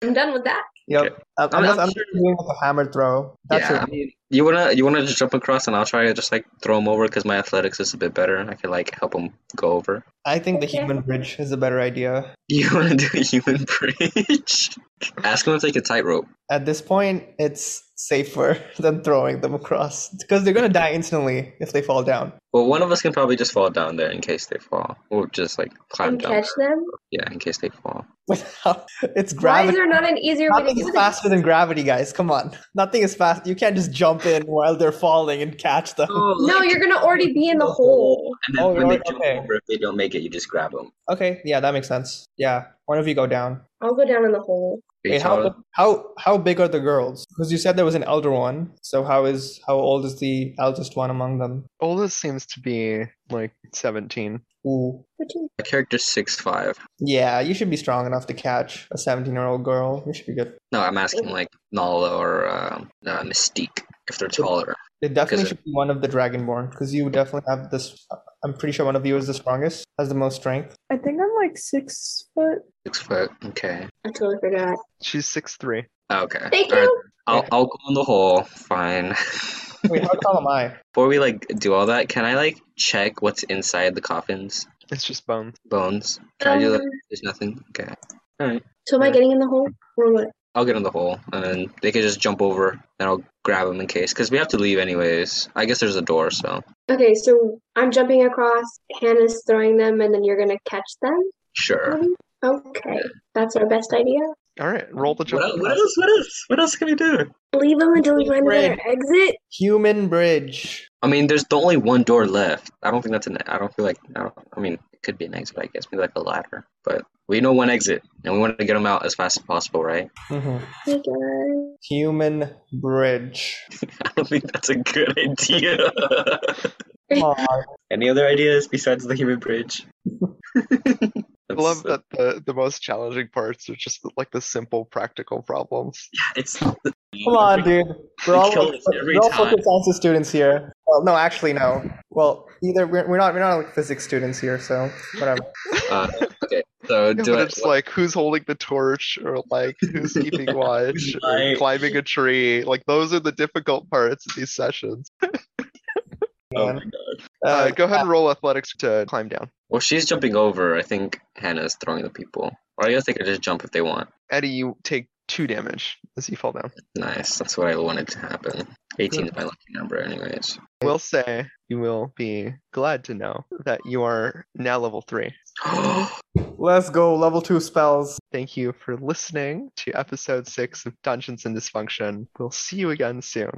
Speaker 2: I'm done with that.
Speaker 4: Yep.
Speaker 6: Okay.
Speaker 4: Uh,
Speaker 6: I'm-
Speaker 4: unless
Speaker 6: I'm
Speaker 4: I'm
Speaker 6: sure-
Speaker 4: doing like a hammer throw. That's
Speaker 6: yeah, I
Speaker 4: it.
Speaker 6: mean, you wanna you wanna just jump across, and I'll try to just like throw him over because my athletics is a bit better, and I can like help him go over. <laughs>
Speaker 4: I think the
Speaker 2: Okay.
Speaker 4: human bridge is a better idea.
Speaker 6: You wanna do a human bridge? Ask him to take a tightrope.
Speaker 4: At this point, it's safer <laughs> than throwing them across because they're gonna die instantly if they fall down. <laughs>
Speaker 6: Well, one of us can probably just fall down there in case they fall, or just like climb
Speaker 2: And
Speaker 6: down.
Speaker 2: catch them.
Speaker 6: Yeah, in case they fall.
Speaker 4: it's
Speaker 2: Why is
Speaker 4: gravity.
Speaker 2: there not an easier way to
Speaker 4: Nothing
Speaker 2: do
Speaker 4: is
Speaker 2: this?
Speaker 4: faster than gravity, guys. Come on. Nothing is fast. You can't just jump in while they're falling and catch them.
Speaker 2: No, you're gonna already be in the hole.
Speaker 6: And then
Speaker 4: Oh,
Speaker 6: when they
Speaker 4: right,
Speaker 6: jump
Speaker 4: okay.
Speaker 6: over, if they don't make it, you just grab them.
Speaker 4: Okay, yeah, that makes sense. Yeah, one of you go down.
Speaker 2: I'll go down in the hole.
Speaker 4: Wait, how how how big are the girls? Because you said there was an elder one. So how is how old is the eldest one among them?
Speaker 1: Oldest seems to be like 17.
Speaker 4: Ooh.
Speaker 2: What do you-
Speaker 6: My character's six five.
Speaker 4: Yeah, you should be strong enough to catch a 17-year-old girl. You should be good.
Speaker 6: No, I'm asking like Nala or um, uh, Mystique if they're taller.
Speaker 4: It definitely
Speaker 6: Because-
Speaker 4: should be one of the Dragonborn because you definitely have this. I'm pretty sure one of you is the strongest, has the most strength.
Speaker 3: I think I'm like six foot.
Speaker 6: Six foot. Okay. Oh,
Speaker 2: I totally forgot.
Speaker 1: She's 6'3.
Speaker 6: Okay.
Speaker 2: Thank
Speaker 6: All right,
Speaker 2: you.
Speaker 6: I'll, I'll go in the hole. Fine. <laughs>
Speaker 4: Wait, how tall am I?
Speaker 6: Before we like do all that, can I like check what's inside the coffins,
Speaker 1: It's just bones.
Speaker 6: bones? Can I do that?
Speaker 2: Um,
Speaker 6: There's nothing. Okay.
Speaker 2: so am I getting in the hole or what?
Speaker 6: I'll get in the hole, and then they could just jump over, and I'll grab them in case, because we have to leave anyways. I guess there's a door, so
Speaker 2: Okay, so I'm jumping across. Hannah's throwing them, and then you're gonna catch them.
Speaker 6: sure.
Speaker 2: maybe? Okay, that's our best idea.
Speaker 1: All right, roll the jump.
Speaker 6: What, what else? What else? What else can we do?
Speaker 2: Leave them until we find
Speaker 4: Right.
Speaker 2: another exit.
Speaker 4: Human bridge.
Speaker 6: I mean, there's the only one door left. I don't think that's an. I don't feel like. I, don't, I mean, it could be an exit, I guess, maybe like a ladder. But we know one exit, and we want to get them out as fast as possible, right?
Speaker 4: Mhm.
Speaker 2: Okay.
Speaker 4: Human bridge.
Speaker 6: <laughs> I don't think that's a good idea. <laughs>
Speaker 4: Aw,
Speaker 6: Any other ideas besides the human bridge?
Speaker 1: <laughs> I love that the, the most challenging parts are just like the simple practical problems.
Speaker 6: uh, It's
Speaker 4: Come on, dude. We're all,
Speaker 6: Kill us every
Speaker 4: we're all
Speaker 6: time.
Speaker 4: fucking science students here. Well, no, actually, no. Well, either we're, we're not we're not like physics students here, so whatever.
Speaker 1: <laughs>
Speaker 6: <laughs> Uh, okay, so
Speaker 1: Yeah,
Speaker 6: do
Speaker 1: but
Speaker 6: I,
Speaker 1: it's like who's holding the torch or like who's
Speaker 6: <laughs>
Speaker 1: keeping watch or
Speaker 6: Right.
Speaker 1: climbing a tree. Like those are the difficult parts of these sessions.
Speaker 6: oh my
Speaker 4: man.
Speaker 6: god.
Speaker 4: Uh,
Speaker 1: Uh, go ahead and roll athletics to climb down.
Speaker 6: Well, she's jumping over. I think Hannah's throwing the people. Or I guess they could just jump if they want.
Speaker 1: Eddie, you take two damage as you fall down.
Speaker 6: Nice. That's what I wanted to happen. 18 is my lucky number, anyways. <gasps>
Speaker 1: I will say you will be glad to know that you are now level three.
Speaker 6: oh
Speaker 4: Let's go. Level two spells.
Speaker 1: Thank you for listening to episode six of Dungeons and Dysfunction. We'll see you again soon.